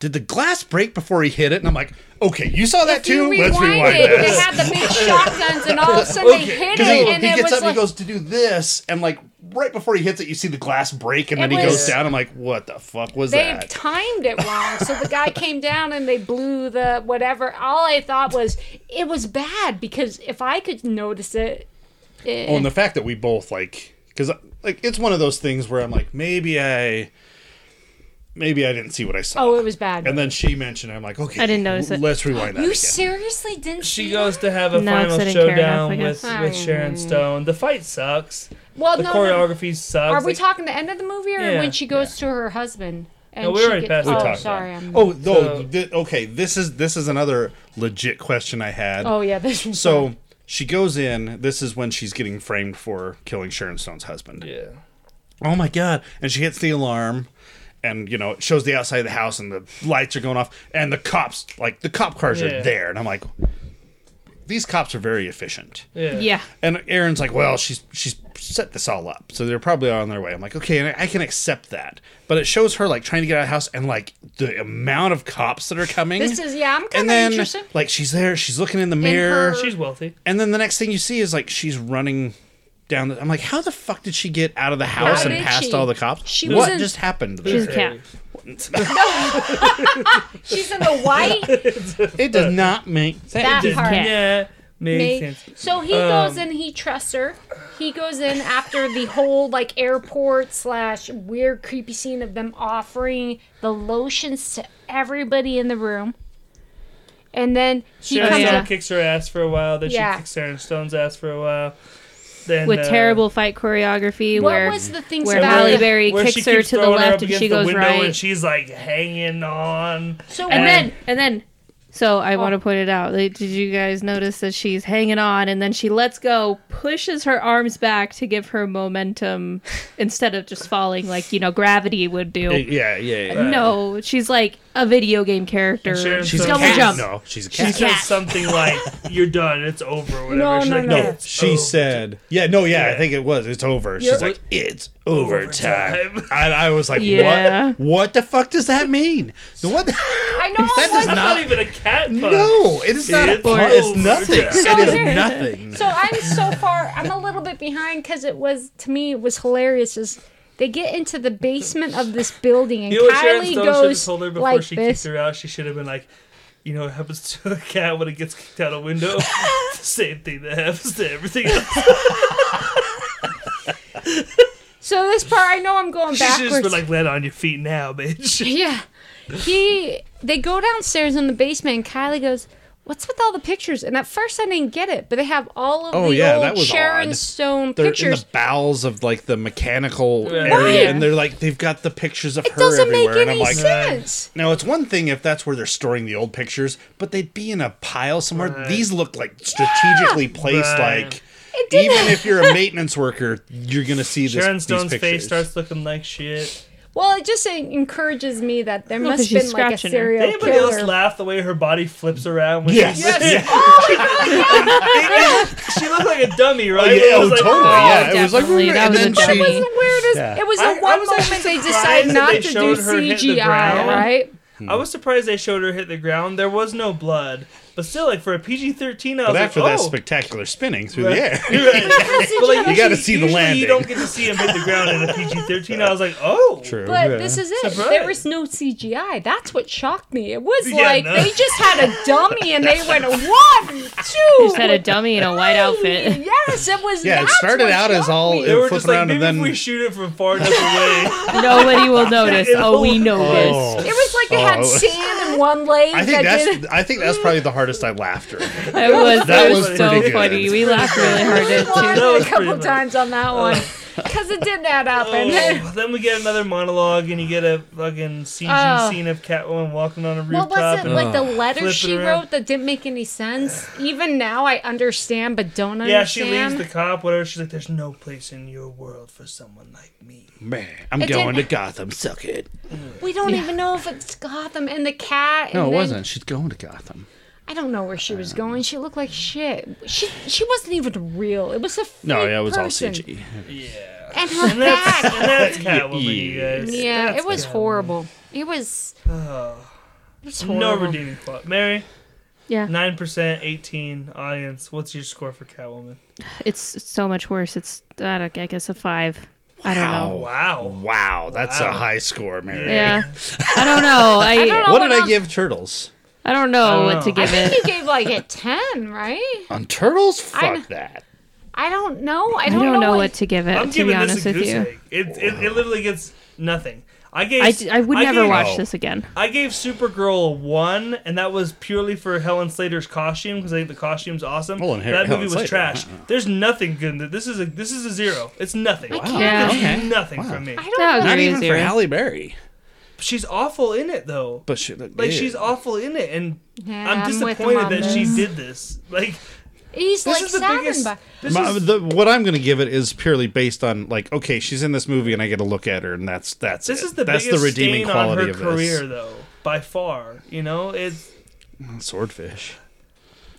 "Did the glass break before he hit it?" And I'm like, "Okay, you saw that
if you
too. Let's
rewind
rewind
it, they
this."
had the big shotguns, and all of a sudden they hit
Because he,
it, and
he
it
gets
was
up and
like,
he goes to do this, and like right before he hits it, you see the glass break, and
It
then he
was-
goes down. I'm like, "What the fuck was
they
that?"
timed it wrong. So the guy came down and they blew the whatever. All I thought was it was bad because if I could notice it, eh.
Well, and the fact that we both like, because like it's one of those things where I'm like, maybe I, maybe I didn't see what I saw.
oh, it was bad.
And then she mentioned, I'm like, okay,
I didn't notice it.
Let's rewind that.
you
again.
seriously didn't
she
see
goes
that?
to have a
No, 'cause
final
I didn't care enough, I
showdown
guess.
with, with Sharon Stone. The fight sucks.
Well,
The
no, no.
choreography sucks.
Are we
Like,
talking the end of the movie or
Yeah.
when she goes to her husband? And
No, we're
she
already past that.
Oh,
We
talked
sorry. I'm,
Oh, no.
So-
thi- okay, this is this is another legit question I had.
oh, yeah. This was bad.
So she goes in. This is when she's getting framed for killing Sharon Stone's husband.
Yeah.
Oh my god! And she hits the alarm, and you know it shows the outside of the house, and the lights are going off, and the cops, like the cop cars,
Yeah.
are there, and I'm like, these cops are very efficient.
Yeah.
yeah.
And Aaron's like, well, she's she's set this all up, so they're probably on their way. I'm like, okay, and I, I can accept that, but it shows her like trying to get out of the house, and like the amount of cops that are coming.
This is yeah. I'm
and
kind of
then
interested.
like she's there, she's looking in the mirror,
her-
She's wealthy.
and then the next thing you see is like she's running down. The, I'm like, how the fuck did she get out of the house and
did
past
she?
all the cops?
She
what
was in-
just happened?
She's
There?
a cat.
She's in the white.
It does not make sense.
That
Just-
part.
Cat.
Yeah. Makes
May.
sense. Um,
So he goes in, he trusts her. He goes in after the whole like airport slash weird creepy scene of them offering the lotions to everybody in the room. And then he
Sharon
comes
yeah.
Stone
up.
kicks her ass for a while. Then
Yeah.
she kicks Sharon Stone's ass for a while. Then
with
uh,
terrible fight choreography where
What was the things
where
about
Halle
it?
Berry
where
kicks
she
her
keeps
to the
throwing her
left
up
and she
against the
goes
window
right.
and she's like hanging on.
So
and
when-
then and then so
Oh.
I want to point it out. Like, did you guys notice that she's hanging on and then she lets go, pushes her arms back to give her momentum instead of just falling like you know gravity would do.
Yeah, yeah, yeah.
no, she's like a video game character.
Sharon
She's
Stone
double
a cat.
jump.
No, she's a
She
cat.
says something like, "You're done. It's over." Or whatever.
No,
She's
no,
like,
no.
no,
"It's
she
over."
said, "Yeah, no, yeah,
Oh, Yeah.
I think it was. It's over." She's like, "It's overtime,"
Overtime.
and I was like,
Yeah.
"What? What the fuck does that mean? What?
I know
That
I
does
was
That's
not-
not even a cat. Pun.
no, it is not. a
It's
part. It's nothing.
overtime.
So
It
here-
is nothing."
So I'm so far. I'm a little bit behind because it was to me it was hilarious. Is they get into the basement of this building and
You know what Sharon
Kylie
Stone should have
goes
told her before
like
she
this.
kicked her out? She should have been like, you know, what happens to a cat when it gets kicked out a window? It's the same thing that happens to everything else.
So this part, I know I'm going
She should
backwards.
just been like, land on your feet now, bitch.
yeah, he. They go downstairs in the basement, and Kylie goes. What's with all the pictures? And at first I didn't get it, but they have all of
Oh,
the
yeah,
old
that was
Sharon
odd.
Stone
They're in
pictures.
the bowels of like the mechanical
Yeah.
area,
Right.
and they're like, they've got the pictures of
it
her
doesn't make
everywhere, and I'm
any
like,
sense.
Now it's one thing if that's where they're storing the old pictures, but they'd be in a pile somewhere. These look like strategically placed,
Right.
like even if you're a maintenance worker, you're gonna see this.
Sharon
these
Stone's face
pictures.
starts looking like shit.
Well, it just uh, encourages me that there
'cause
must have
she's
been like a
scratching her.
serial
Anybody else
killer.
laugh the way her body flips around when
Yes.
she
Yes.
she looked like a dummy, right?
Oh, yeah,
It
oh,
was like,
totally. yeah, it was like,
definitely, that
and
was
then
a
But it was
dummy.
she,
the weirdest.
Yeah.
It was
I-
the
I
one
was
moment
actually
they
surprised
decided
that
not
they
to do
showed her hit the
CGI,
ground.
right?
I was surprised they showed her hit the ground. There was no blood, but still, like for a PG thirteen, I was
but after
like,
that
"Oh,
spectacular spinning through
Right.
the air,
but like,
You gotta
usually-
see the
usually You
landing.
don't get to see him hit the ground in a PG thirteen. I was like, oh,
True.
But
yeah.
this is it.
Surprise.
There was no CGI. That's what shocked me. It was
Yeah,
like
no.
they just had a dummy and they went one, two.
Just had a dummy in a white outfit.
Yes, it was.
yeah. It
that's
started
what
out as
shocked
all
me.
it
They were
flipping
just like,
around,
maybe
and then
if we shoot it from far enough away,
Nobody will notice. Oh, we know
oh.
It was like they had
Oh.
sand in one leg.
I think
that did
that's I think that's probably the hardest I've laughed during.
this. It was,
That
it
was
was so
pretty good.
funny. We laughed really hard at
it.
it
That
too.
Watched it
was
a couple
pretty much-
times on that one because it didn't add up. And then
oh, then we get another monologue, and you get a fucking CG
Oh.
scene of Catwoman walking on a rooftop.
what was it
and-
like the letter
Flip it
she
around.
wrote that didn't make any sense? Even now, I understand, but don't understand.
yeah, she leaves the cop. Whatever. She's like, "There's no place in your world for someone like me."
Man, I'm
It
going to
didn't-
Gotham. Suck it.
We don't even know if it's Gotham and the cat. And
No, it
then-
wasn't. She's going to Gotham.
I don't know where she was
Um,
going. She looked like shit. She she wasn't even real. It was a fake
No, yeah, it was
person.
all E. CG.
And her back.
And that's Catwoman, you guys.
yeah,
That's
it was
Catwoman.
horrible. It was. It was horrible.
No redeeming plot. Mary,
Yeah.
nine percent, eighteen audience. What's your score for Catwoman?
It's so much worse. It's I, don't, I guess a five. I don't know.
Wow.
Wow, that's
Wow.
a high score, Mary.
Yeah, I don't know. I I don't know,
What did I
else-
give Turtles?
don't
what
know.
to give
I
it.
think you gave like a ten, right?
On Turtles? Fuck
I'm-
that.
I don't know. I
I
don't,
don't know what
to
to give it.
I'm
to be
giving
honest
this a
with
goose
you,
egg. It, it, it literally gets nothing. I gave
I, d- I would never
gave-
watch
No.
this again.
I gave Supergirl a one, and that was purely for Helen Slater's costume because I think the costume's awesome.
Well, and Her-
that
Helen
movie was
Slater,
trash.
uh-uh.
There's nothing good. in th- This is a this is a zero. It's nothing.
can't-
Yeah.
There's
Okay.
nothing
Wow.
from me.
I
That was
don't know.
Not
Very
even for
zero.
Halle Berry.
She's awful in it though.
But she, like
like she's awful in it, and I'm
Yeah, I'm with him
disappointed
on
that she
this.
did this. Like
He's
this
like
is the
seven,
biggest.
but
This
My-
is,
the, what I'm going to give it is purely based on like, okay, she's in this movie, and I get to look at her, and that's that's
this
it.
is the
that's
biggest
the redeeming
stain
quality
on her
of
career, though, by far. You know, it's
this swordfish.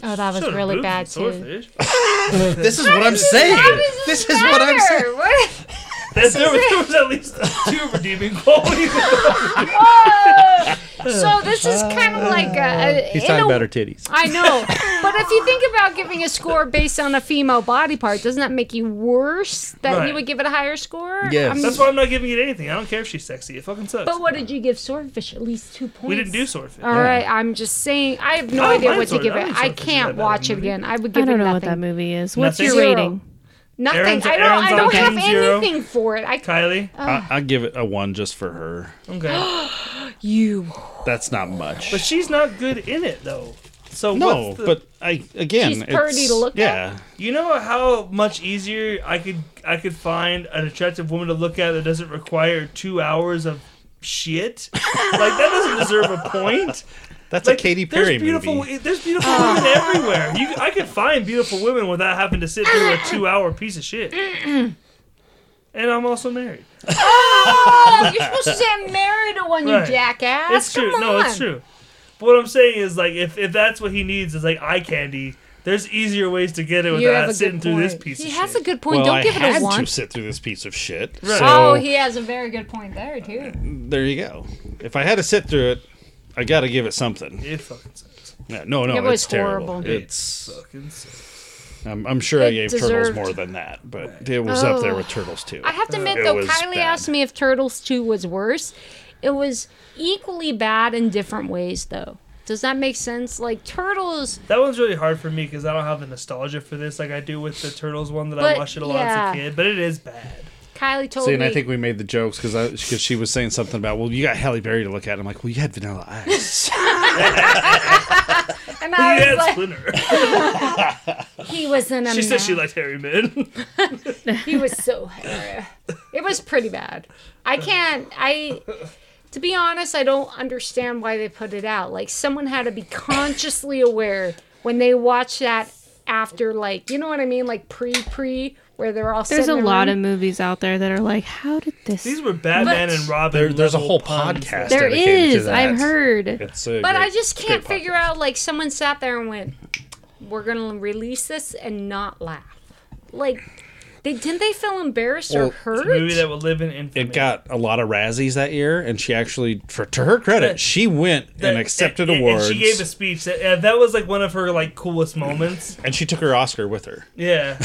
oh, that was
Should've
really
moved
bad
the
too.
swordfish.
This is what I'm saying. This is what I'm saying.
Sure, what?
That's, there, was, there was at least two redeeming qualities.
Whoa! so this is kind of like a, a
He's
in
talking
a-
about her titties.
I know, but if you think about giving a score based on a female body part, doesn't that make you worse? That
Right.
you would give it a higher score?
Yes.
I'm-
That's why I'm not giving it anything. I don't care if she's sexy. It fucking sucks.
but what did you give Swordfish? At least two points.
we didn't do swordfish.
All right, I'm just saying. I have no
I don't
idea
mind
what to
Sword-
give
I
it.
don't
I
think Swordfish is that
can't
bad of
watch it
a movie.
again. I would
I
give
don't
it
know what
nothing.
that movie is. What's
Nothing.
your
Zero.
rating?
Nothing.
Aaron's-
I don't.
Aaron's
I don't
on
have
game zero.
anything for it. I
Kylie.
Uh,
I, I'll give it a one just for her.
Okay.
you.
That's not much.
but she's not good in it though. So
no,
what's the,
but I again,
She's pretty
it's-
to look at.
yeah,
you know how much easier I could I could find an attractive woman to look at that doesn't require two hours of shit. like that doesn't deserve a point.
That's
Like,
a Katy Perry
there's beautiful,
movie.
There's beautiful women
Uh.
everywhere. You, I could find beautiful women without having to sit through a two-hour piece of shit. and I'm also married.
Oh, you're supposed to say I'm married to one,
Right.
you jackass.
It's
Come
true.
On.
No, it's true. But what I'm saying is, like, if, if that's what he needs is like eye candy. There's easier ways to get it
You have
without
a
sitting
good
through this
point.
piece
He
of
has
shit.
a good point.
Well,
Don't
I
give it
had
a one.
to sit through this piece of shit.
Right.
So
Oh, he has a very good point there too.
there you go. If I had to sit through it, I got to give it something.
It fucking sucks.
Yeah, No, no,
It was
it's terrible.
horrible.
It's uh,
Fucking sucks.
Um, I'm, I'm sure I
It
gave
deserved-
turtles more than that, but it was up there
Oh.
with turtles too.
I have to admit
It
though,
was
Kylie
bad.
asked me if Turtles 2 was worse. It was equally bad in different ways though. Does that make sense? Like Turtles,
That one's really hard for me because I don't have the nostalgia for this like I do with the Turtles one that
But,
I watched it a lot
yeah.
as a kid. But it is bad.
Kylie told
See,
me.
and I think we made the jokes because because she was saying something about, well, you got Halle Berry to look at. I'm like, well, you had Vanilla Ice.
and I was
Yeah,
like,
Splinter.
he was in a
she said
ma-
she liked hairy men.
He was so hairy. It was pretty bad. I can't. I. To be honest, I don't understand why they put it out. Like someone had to be consciously aware when they watch that after, like you know what I mean, like pre pre, where they're all.
There's a
sitting
lot of
around.
movies out there that are like, how did this?
These were Batman
But-
and Robin.
There- there's a whole
level puns.
podcast.
there
dedicated to
is. I've
that.
heard.
it's a
But
great-
I just
it's a
can't
great
figure
podcast.
out. Like someone sat there and went, "We're gonna release this and not laugh." Like, they didn't they feel embarrassed or
Well,
hurt?
It's a movie that would live in infamy.
It got a lot of Razzies that year, and she actually, for to her credit, she went and accepted
and- and-
awards.
And she gave a speech that uh, that was like one of her like coolest moments.
and she took her Oscar with her.
Yeah,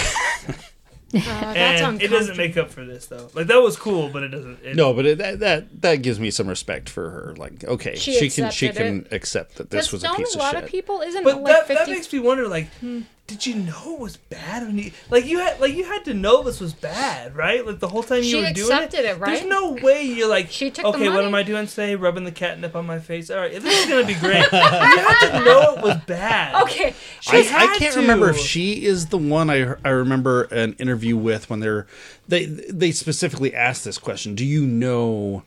Uh, that's
and it doesn't make up for this though. Like that was cool, but it doesn't. It,
No, but it, that, that that gives me some respect for her. Like, okay,
She
she, can she
accepted
can accept that this
That's
was a
don't
piece
a
of
lot
shit.
of people isn't it
but
like
that,
fifty Hmm.
that makes me wonder. Like, did you know it was bad? When you, like you had like you had to know this was bad, right? Like the whole time
She
you were doing it.
accepted it, right?
There's no way you're like.
She took the
okay, what
money.
am I doing today? Rubbing the catnip on my face. All right, this is gonna be great. you had to know it was bad.
Okay.
I,
She
I
had
can't remember if
to.
she is the one I I remember an interview with when they're they they specifically asked this question. Do you know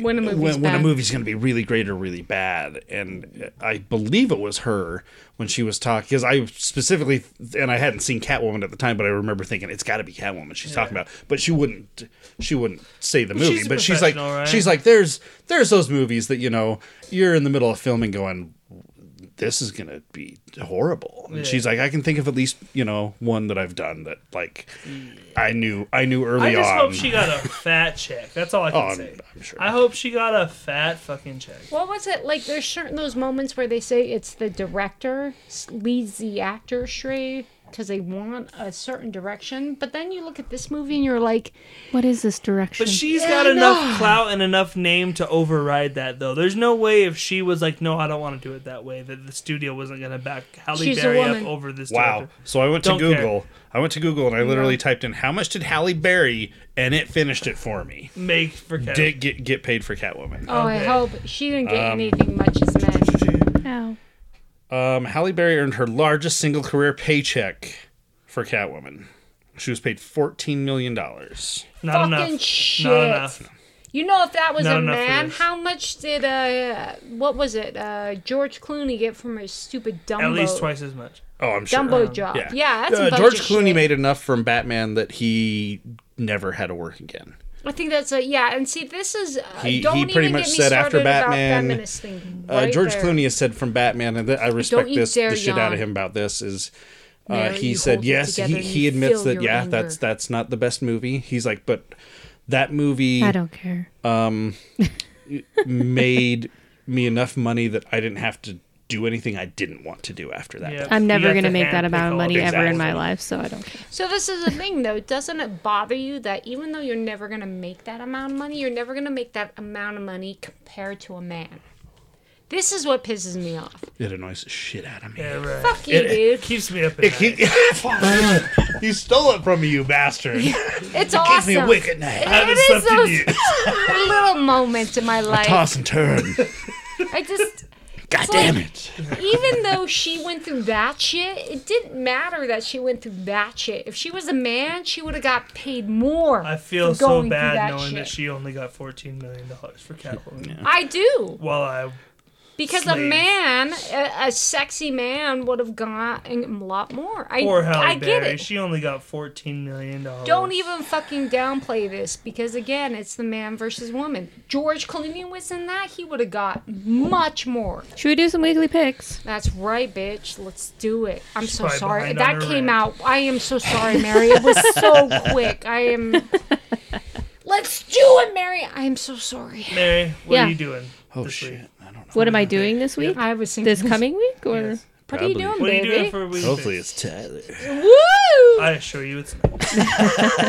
When a movie's
when, when a
bad.
movie's going to be really great or really bad? And I believe it was her when she was talking because I specifically and I hadn't seen Catwoman at the time, but I remember thinking it's got to be Catwoman she's talking about. But she wouldn't she wouldn't say the
Well,
movie.
she's a
but she's like
professional, right?
she's like there's there's those movies that you know you're in the middle of filming going this is gonna be horrible. And
Yeah.
she's like, I can think of at least you know one that I've done that like I knew I knew early
Mm. I just
on.
hope she got a fat check. That's all I
Oh,
can
I'm-
say.
I'm sure.
I hope she got a fat fucking check.
What was it like? There's certain those moments where they say it's the director s- leads the actor astray because they want a certain direction, but then you look at this movie and you're like,
What is this direction?
But
Mm.
she's got enough clout and enough name to override that, though. There's no way if she was like, "No, I don't want to do it that way," that the studio wasn't going to back Halle
She's a
Berry up
woman.
over this.
wow.
director.
So I went to
Don't care.
Google. I went to Google and I literally typed in how much did Halle Berry, and it finished it for me.
make for Cat.
Did get get paid for Catwoman?
oh, I
Okay.
hope she didn't get anything much as men.
Ow.
Um, Halle Berry earned her largest single career paycheck for Catwoman. She was paid fourteen million dollars.
Not
Fucking
enough.
shit.
Not enough.
You know, if that was
Not
a
enough for
man,
this.
how much did uh, what was it? Uh, George Clooney get from his stupid Dumbo?
At least twice Um, as much.
Oh, I'm sure.
Dumbo job. Yeah, that's a
Uh,
bunch
George
of
Clooney
shit.
made enough from Batman that he never had to work again.
I think that's a yeah, and see, this is uh,
He-
don't
he pretty
even
much
get me
said after
started about
Batman,
feminist thing.
Uh,
right
George
there.
Clooney has said from Batman, and th- I respect
you
this
dare
the shit out of
yawn.
him about this is. Uh,
Mary,
he
you
said
hold it
yes.
together
He
and
he
you
admits
feel
that
your
yeah,
anger.
that's that's not the best movie. He's like, but that movie.
I don't care.
Um, made me enough money that I didn't have to do anything I didn't want to do after that.
Yeah.
I'm
You
never
have
going to
to
make that
handpick
amount of
all
money
the
ever in
exact-
my life, so I don't care.
So this is the thing, though. Doesn't it bother you that even though you're never gonna make that amount of money, you're never gonna make that amount of money compared to a man? This is what pisses me off.
It annoys the shit out of me.
Yeah, right.
Fuck you,
It-
dude.
Keeps me up at
It
night.
keep- you stole it from me, you bastard.
It's awesome.
Give me a wicked night.
It
haven't
is
slept in
those
years.
little moments in my life.
Toss and turn.
I just,
God damn it.
even though she went through that shit, it didn't matter that she went through that shit. If she was a man, she would have got paid more.
I feel
for
so
going through
bad knowing
shit.
that she only got fourteen million dollars for Catwoman.
I do.
While I
Because a
slave.
man, a, a sexy man, would have gotten a lot more. I,
poor Halle
I get
Berry,
it.
she only got fourteen million dollars.
Don't e- even fucking downplay this because again, it's the man versus woman. George Clooney was in that; he would have got much more.
Should we do some weekly picks?
That's right, bitch. Let's do it. I'm so
probably
sorry
behind
that
on her
came
rant.
out. I am so sorry, Mary. It was so quick. I am. Let's do it, Mary. I am so sorry.
Mary, what
Yeah.
are you doing?
Oh,
this
shit.
week?
I don't know.
What am I doing this week?
I was thinking
This coming week or
Yes.
What are
Probably.
you doing,
What are you
baby?
doing for a week?
Hopefully
fix?
it's Tyler.
Woo!
I assure you, it's not.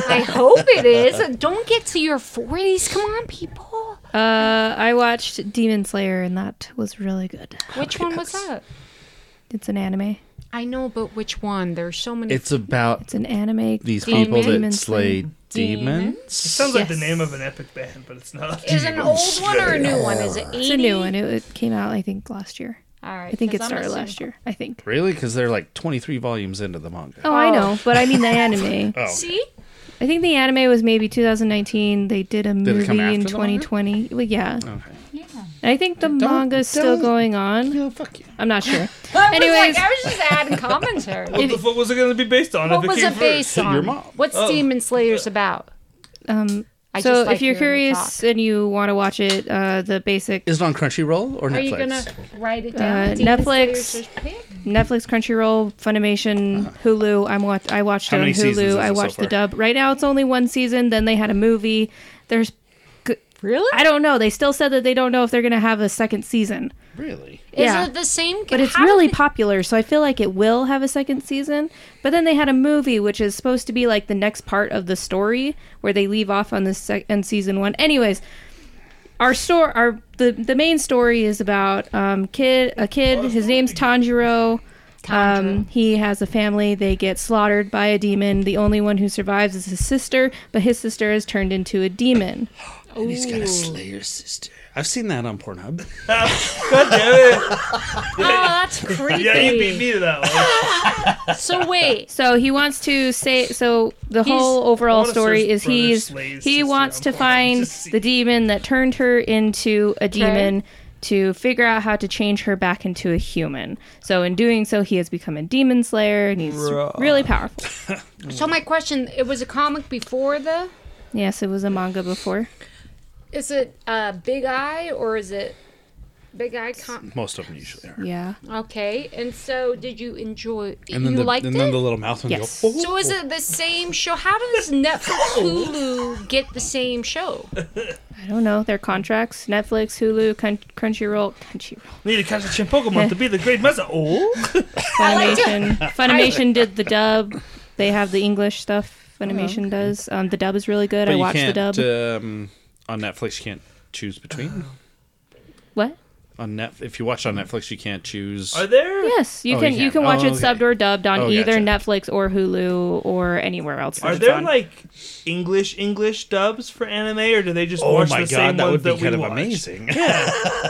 I hope it is. Don't get to your 40s. Come on, people.
Uh, I watched Demon Slayer and that was really good.
Which one was that?
It's an anime.
I know, but which one? There's so many.
It's about
It's an anime.
these
Demon.
people that
Demon
slay
Slayer.
demons.
It sounds like the
Yes.
name of an epic band, but it's not.
is it an old one or a new one? Is it 80?
It's a new one. It, it came out, I think, last year.
All right.
I think it started last year. I think.
Really? Because they're like 23 volumes into the manga.
Oh, I know, but I mean the anime.
Oh.
See?
I think the anime was maybe 2019. They did a
it come
movie in
after the manga?
2020. Well, yeah.
Okay.
And I think the manga's still
don't-
going on.
Yeah, fuck you.
I'm not sure.
I was
Anyways.
like, I was just adding commentary.
What the fuck was it going to be based on?
what
if it
was
came
it based on?
Your mom.
What's
Oh.
Demon Slayer's about?
Um,
I
so
just like
if you're
hearing you
curious
talk.
and you want to watch it, uh, the basic
Is it on Crunchyroll or
are
Netflix?
you going to write it down?
Uh,
Demon
Netflix.
Slayer's pick?
Netflix, Crunchyroll, Funimation, Hulu. I'm watch. I watched
Uh-huh. How
it on
many seasons is
Hulu.
it
I
so
watched the
far?
dub. Right now, it's only one season. Then they had a movie. There's. g-
Really?
I don't know. They still said that they don't know if they're going to have a second season,
Really?
Is
Yeah.
it the same?
but it's
how did
really
they-
popular, so I feel like it will have a second season. But then they had a movie, which is supposed to be like the next part of the story, where they leave off on this sec- on season one. Anyways, our store, our the the main story is about um kid a kid. His name's Tanjiro. Um, he has a family. They get slaughtered by a demon. The only one who survives is his sister, but his sister is turned into a demon.
And he's got to slay your sister. I've seen that on Pornhub.
Oh, that's creepy.
Yeah, you beat me to that one.
So wait.
So he wants to say. So the whole
I
overall
wanna
story
search
is
brother
he's
slays
he
sister
wants
on
to
Pornhub
find
to see.
the demon that turned her into a demon to figure out how to change her back into a human. So in doing so, he has become a demon slayer and he's
Bruh.
really powerful.
So my question: It was a comic before the.
Yes, it was a manga before.
Is it uh, Big Eye or is it Big Eye? Com-
Most of them usually are.
Yeah.
okay, and so did you enjoy?
And then
you
the,
liked
and
it.
then the little mouth ones
Yes.
go. "Oh."
so is it the same show? How does Netflix Hulu get the same show?
I don't know their contracts. Netflix, Hulu, Crun- Crunchyroll, Crunchyroll,
Need to catch a Chimpokemon to be the great master. Oh,
Funimation. Funimation did the dub. They have the English stuff. Funimation does. Um, the dub is really good.
But
I
you
watched the
can't,
dub.
uh,
Um, on Netflix, you can't choose between.
what?
Oh.
On net, if you watch on Netflix, you can't choose.
are there?
Yes, you
Oh,
can.
you
You
can.
can watch
Oh,
it
okay.
subbed or dubbed on
Oh,
either
gotcha.
Netflix or Hulu or anywhere else. that
Are
it's
there
on.
like English English dubs for anime, or do they just
oh
watch
my
the
god,
same
that
ones
would be
that we
kind of
watch?
amazing.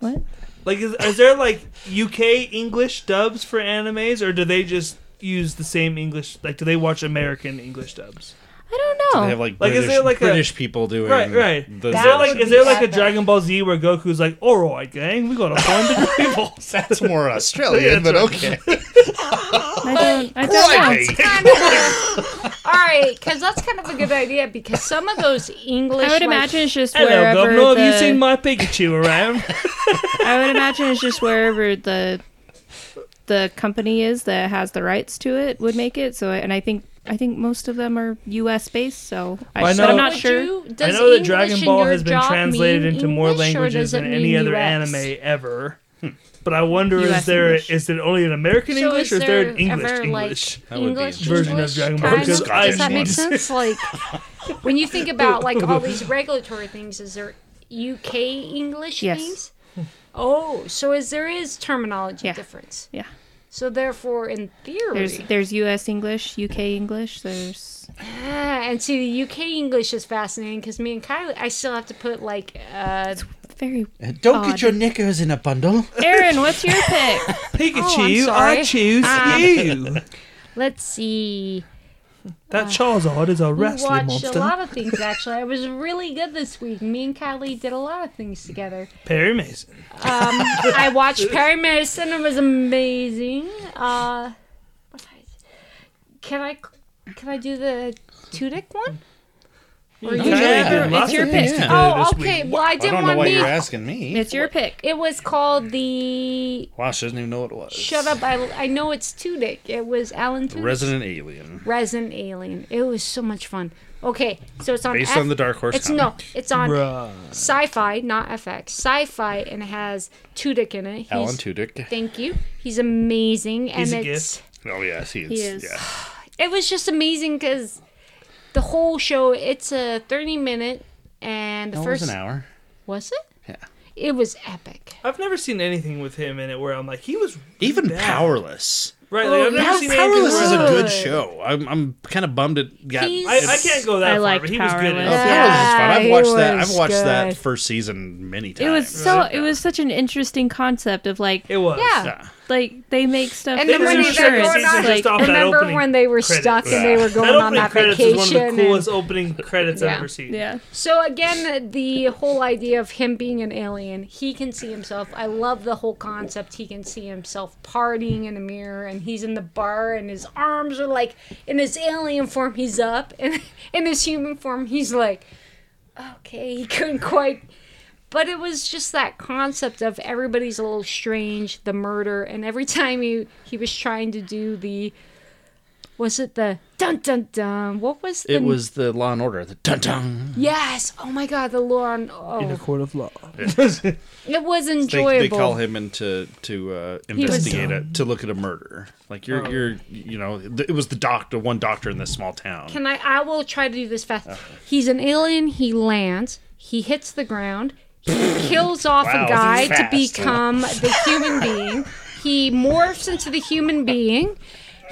what?
Like, is, is there like UK English dubs for animes, or do they just use the same English? Like, do they watch American English dubs?
I don't
They
know.
have like
Like, is
British,
there like a-
British people doing
Right, right.
The,
is there like
would
is there
be
like a
epic.
Dragon Ball Z where Goku's like, "All right, gang, we gotta find the people."
That's more Australian, but okay.
I don't. I don't know.
Kind of- All right, because that's kind of a good idea because some of those English.
I would
like-
imagine it's just
Hello,
wherever
Governor. Have you
the-
seen my Pikachu around?
I would imagine it's just wherever the the company is that has the rights to it would make it. So, and I think I think most of them are U.S. based, so I,
Well, I
so
know-
I'm not
Oh, Would
sure.
you- does
I know that
English
Dragon
in
Ball
your
has been
job
translated
mean
into more
English, or
languages
does it
than
mean
any other
US?
anime ever. But I wonder
US
is there is
English.
it only an American
So
English
is
or is there an
there
English
ever, like, Oh,
English?
would be
English
version of
English
Dragon Ball,
kind of?
because I
Does that make
want-
sense? Like when you think about like all these regulatory things, is there UK English
Yes.
things? Oh, so is there is terminology
Yeah.
difference?
Yeah.
So therefore, in theory,
There's there's U.S. English, U.K. English. There's
Ah, and see the UK English is fascinating because me and Kylie, I still have to put like uh,
very.
Don't
Odd.
get your knickers in a bundle.
Aaron, what's your pick?
Pikachu, I
sorry. Um,
choose you.
let's see.
That Charizard is a
We
wrestling
uh, watched a
monster.
lot of things actually. I was really good this week. Me and Kylie did a lot of things together.
Perry Mason.
Um, I watched Perry Mason. It was amazing. Uh, what I- can I can I do the Tudyk one?
Or
you can. It's
your pick.
Oh, okay. Well, I
I
didn't
don't know
want
why
me.
you're asking me.
It's your pick.
It was called the
Wow, she doesn't even know what it was.
Shut Up. I, I know it's Tudyk. It was Alan Tudyk.
Resident Alien,
Resident Alien. It was so much fun. Okay, so it's on
based
F-
on the Dark Horse.
It's
comic.
no, it's on
Bruh.
sci-fi, not FX. Sci-fi, and it has Tudyk in it. He's,
Alan Tudyk.
Thank you. He's amazing, and
He's a
it's
gift.
Oh yes, he is.
He is.
Yeah.
it was just amazing because the whole show. It's a thirty-minute, and the
No, it
first
was an hour.
was it?
Yeah.
It was epic.
I've never seen anything with him in it where I'm like, he was
Even
bad.
Powerless.
Right, like, I've
Oh,
never
Pow-
seen anything
Powerless
where
is a
I'm like,
good show. I'm, I'm kind of bummed it got.
He's-
I, I can't go that
I
far,
liked
but he was good. in it.
Oh,
Powerless.
Powerless is fun.
Yeah,
I've
he
watched that. I've
was
watched that
good.
first season many times.
It was so. It was such an interesting concept of like
It was.
Yeah.
Yeah.
like they make stuff
And
They
the
for
were
money
just
they're
insurance.
going on.
seasons
Like
just off that
remember
opening
when they were
credits.
stuck and they
Yeah.
were going
That
on
opening
that
credits
vacation?
was one of
and-
the coolest opening credits I've
Yeah.
ever seen.
yeah,
So again, the whole idea of him being an alien, he can see himself. I love the whole concept. He can see himself partying in a mirror, and he's in the bar, and his arms are like in his alien form, he's up, and in his human form, he's like, okay, he couldn't quite. But it was just that concept of everybody's a little strange, the murder, and every time he he was trying to do the, was it the dun dun dun? What was the
It was the Law and Order. The dun dun.
Yes. Oh my God, the Lauren.
In a
Oh,
court of law.
it was
They,
enjoyable.
they call him in to to uh,
was- Oh.
investigate it to look at a murder. Like you're you're you know th- it was the doctor one doctor in this small town.
Can I? I will try to do this fast.
Uh-huh.
He's an alien. He lands. He hits the ground. He kills off
Wow,
a guy to
fast.
become the human being. He morphs into the human being.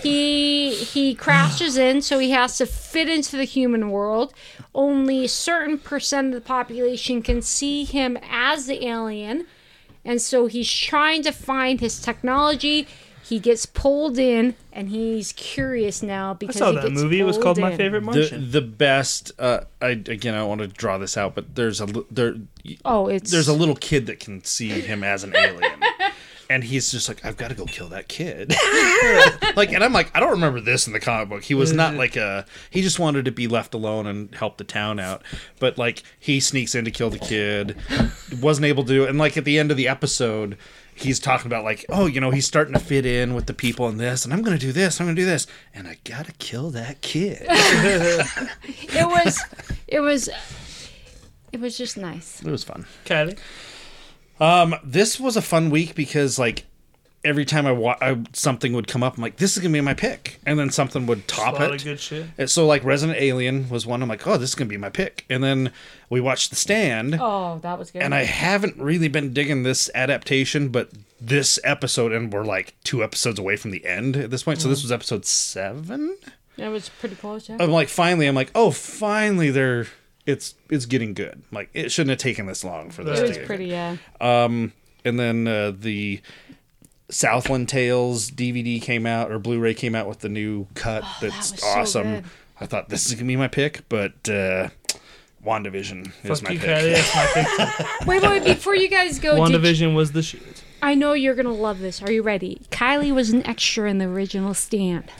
He he crashes in, so he has to fit into the human world. Only a certain percent of the population can see him as the alien. And so he's trying to find his technology. He gets pulled in, and he's curious now
I
because
saw
he
that
gets
movie. It was called
pulled
My
in.
Favorite
the
Martian.
the best uh, I again I want to draw this out, but there's a li- there
Oh, it's
there's a little kid that can see him as an alien. And he's just like, I've got to go kill that kid. like, and I'm like, I don't remember this in the comic book. He was not like a. He just wanted to be left alone and help the town out. But like, he sneaks in to kill the kid, wasn't able to. And like at the end of the episode, he's talking about like, oh, you know, he's starting to fit in with the people and this, and I'm gonna do this, I'm gonna do this, and I gotta kill that kid. it
it was it was it was just nice.
was fun.
Kylie.
Um, this was a fun week because like every time I, wa- I something would come up, I'm like, this is gonna be my pick, and then something would
A
top
lot of
it.
good shit.
And so like Resident Alien was one. I'm like, oh, this is gonna be my pick, and then we watched The Stand,
Oh, that was good.
and I haven't really been digging this adaptation, but this episode, and we're like two episodes away from the end at this point. So
Mm-hmm.
this was episode seven.
it was pretty close. Yeah.
I'm like, finally, I'm like, oh, finally, they're it's it's getting good. Like it shouldn't have taken this long for
Oh,
this.
it
to
was
get
pretty. uh, Yeah.
and then uh, the Southland Tales DVD came out or Blu-ray came out with the new cut. that's
Oh, was so
awesome.
good.
I thought this is gonna be my pick, but uh, Wandavision is
Fuck
my
you, Kylie.
pick.
That's my pick.
Wait, wait. Before you guys go, did you-
WandaVision was the shit.
I know you're gonna love this. Are you ready? Kylie was an extra in the original Stand.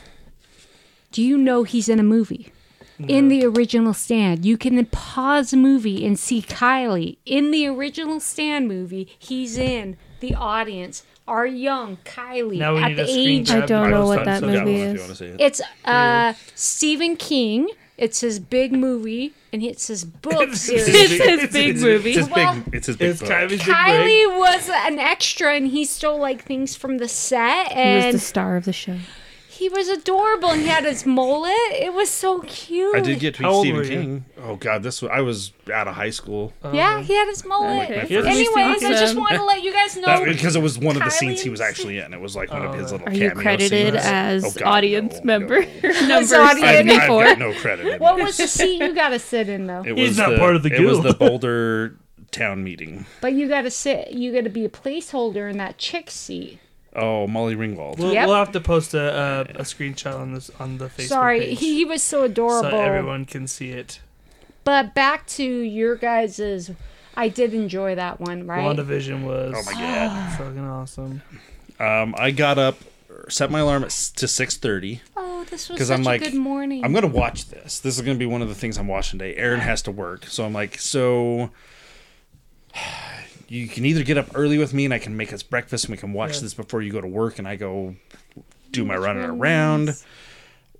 Do you know he's in a movie? In the original Stand, you can pause a movie and see Kylie in the original Stand movie. He's in the audience our young Kylie
Now we
at
need
the
a screen
age.
grab.
I don't
I
know
was done
what that
Got
so
one
movie
if you
is.
want to see it.
It's uh Stephen King. It's his big movie, and it's his book series.
It's his big movie.
It's his
Well,
big. It's his big.
It's
book.
Kylie's big break.
Kylie was an extra, and he stole like things from the set,
He was
and
the star of the show.
he was adorable, and he had his mullet. It was so cute.
I did get to
How
meet
old
Stephen
were you?
King. Oh God, this was, I was out of high school.
yeah, he had his mullet.
Okay.
He had his-
Anyways, I just
Awesome.
want to let you guys know.
That- because it was one of the
Kylie
scenes he
and
was actually in. It was like one of
Oh,
his little.
Are you
cameo
credited
scenes.
as
Oh, God,
audience
no,
member
no.
number
audience.
I've, I've
74?
got no credit. in
what
it.
was the seat you got to sit in though?
It
He's
was
not part of the
It was
guild.
the Boulder town meeting.
But you got to sit. You got to be a placeholder in that chick seat.
Oh, Molly Ringwald.
We'll,
Yep.
we'll have to post a, uh, a screenshot on this on the Facebook
Sorry,
page
he, he was so
so
adorable.
everyone can see it.
But back to your guys's. I did enjoy that one, right?
WandaVision was
Oh my God.
fucking awesome.
Um, I got up, set my alarm at, s- to six thirty.
oh, this was
'Cause
such
I'm like,
a good morning.
I'm gonna watch this. This is gonna be one of the things I'm watching today. Aaron has to work, so I'm like, so you can either get up early with me and I can make us breakfast and we can watch
Yeah.
this before you go to work and I go do my running around,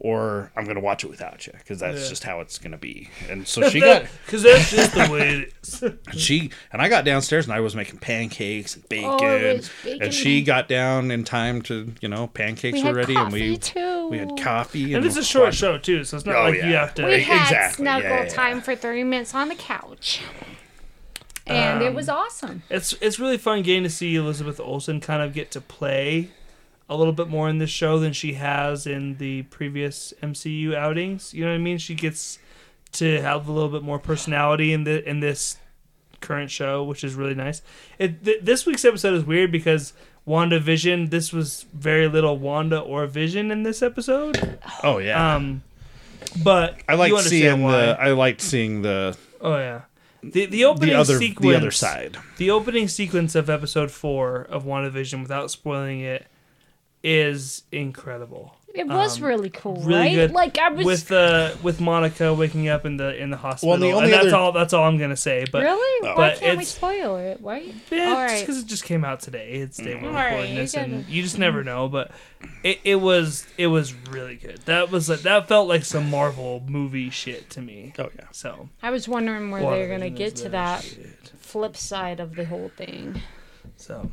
or I'm gonna watch it without you because that's
Yeah.
just how it's gonna be. And so she got
Because that's just the way it is.
Mm-hmm. she and I got downstairs and I was making pancakes and bacon,
Oh, was bacon
and she got down in time to you know pancakes
we
were
had
ready and
coffee
we
too.
we had coffee
And it's a short show too, so it's not
Oh,
like you
yeah.
have to.
We had
Exactly, yeah,
snuggle
yeah, yeah.
time for 30 minutes on the couch. And
Um,
it was awesome.
It's it's really fun getting to see Elizabeth Olsen kind of get to play a little bit more in this show than she has in the previous MCU outings. You know what I mean? She gets to have a little bit more personality in the in this current show, which is really nice. It th- this week's episode is weird because Wanda Vision. This was very little Wanda or Vision in this episode.
Oh yeah,
Um, but
I
you
liked
understand
seeing
why.
the I liked seeing the
Oh yeah. The the opening
the other
sequence
the other side.
the opening sequence of episode four of WandaVision, without spoiling it, is incredible.
It was
Um,
really cool,
Really
right?
good.
Like I was
with uh, with Monica waking up in the in the hospital,
the only
and that's
other-
all that's all I'm gonna say. But
Really? Why
but
can't we
it's-
spoil it? Why?
Yeah,
All right.
because it just came out today. It's day one
All right, Mm-hmm.
recording
you
this,
gotta-
and you just never know. But it, it was it was really good. That was like that felt like some Marvel movie shit to me.
Oh yeah,
So
I was wondering where they were going to
WandaVision
get
is
to
the
that
shit.
flip side of the whole thing.
So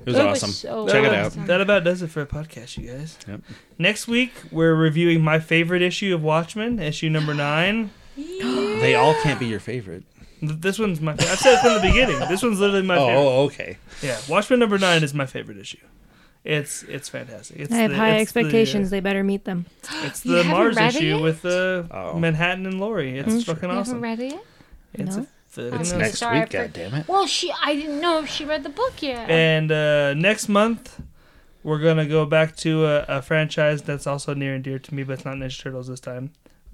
it was
That was
awesome.
so
Check it out.
awesome.
That about does it for a podcast, you guys.
Yep.
Next week we're reviewing my favorite issue of Watchmen, issue number nine.
They all can't be your favorite.
Th- This one's my. Fa- I said it from the beginning. This one's literally my
Oh,
favorite.
oh, okay.
Yeah, Watchmen number nine is my favorite issue. It's it's fantastic. It's
I have
the-
high
it's
uh,
expectations. they better meet them.
The, it's
You
the
haven't
Mars
read it
issue
yet? Mm.
with uh,
Oh.
Manhattan and Laurie. It's fucking
You
awesome.
haven't read it yet?
it's
No.
a
It's
fucking
Next
Sorry, I
week,
for-
God damn it.
Well, she I didn't know if she read the book yet.
And uh, next month, we're gonna go back to a, a franchise that's also near and dear to me, but it's not Ninja Turtles this time.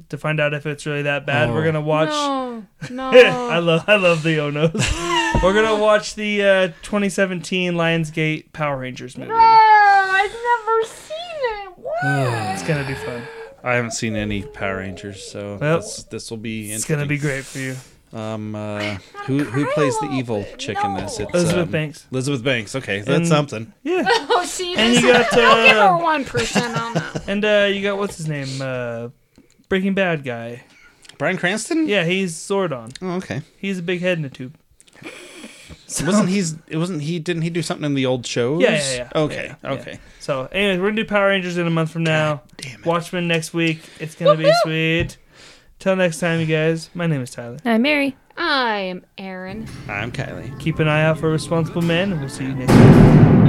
To find out if it's really that bad, we're
Oh.
gonna watch.
No, no.
I love I love the oh no's. we're gonna watch the uh, 2017 Lionsgate Power Rangers movie.
Oh, I've never seen it. What?
It's gonna be fun.
I haven't seen any Power Rangers, so this this will be
It's gonna
interesting.
be great for you.
Um, uh, who who plays the evil chick in this? It's
Elizabeth
um,
Banks.
Elizabeth Banks. Okay, that's
And-
something.
Yeah,
oh, see,
and
this
you got
Give her
uh,
one percent on that.
and uh, you got what's his name? Uh, Breaking Bad guy.
Brian Cranston.
Yeah, he's Zordon.
Oh, okay.
He's a big head in a tube.
Wasn't he's? It wasn't he? Didn't he do something in the old shows?
Yeah, yeah, yeah.
Okay,
Yeah, yeah.
okay.
So, anyways, we're gonna do Power Rangers in a month from now.
damn it.
Watchmen next week. It's gonna be sweet. Till next time, you guys. My name is Tyler.
I'm Mary.
I am Aaron.
I'm Kylie.
Keep an eye out for responsible men, and we'll see you next time.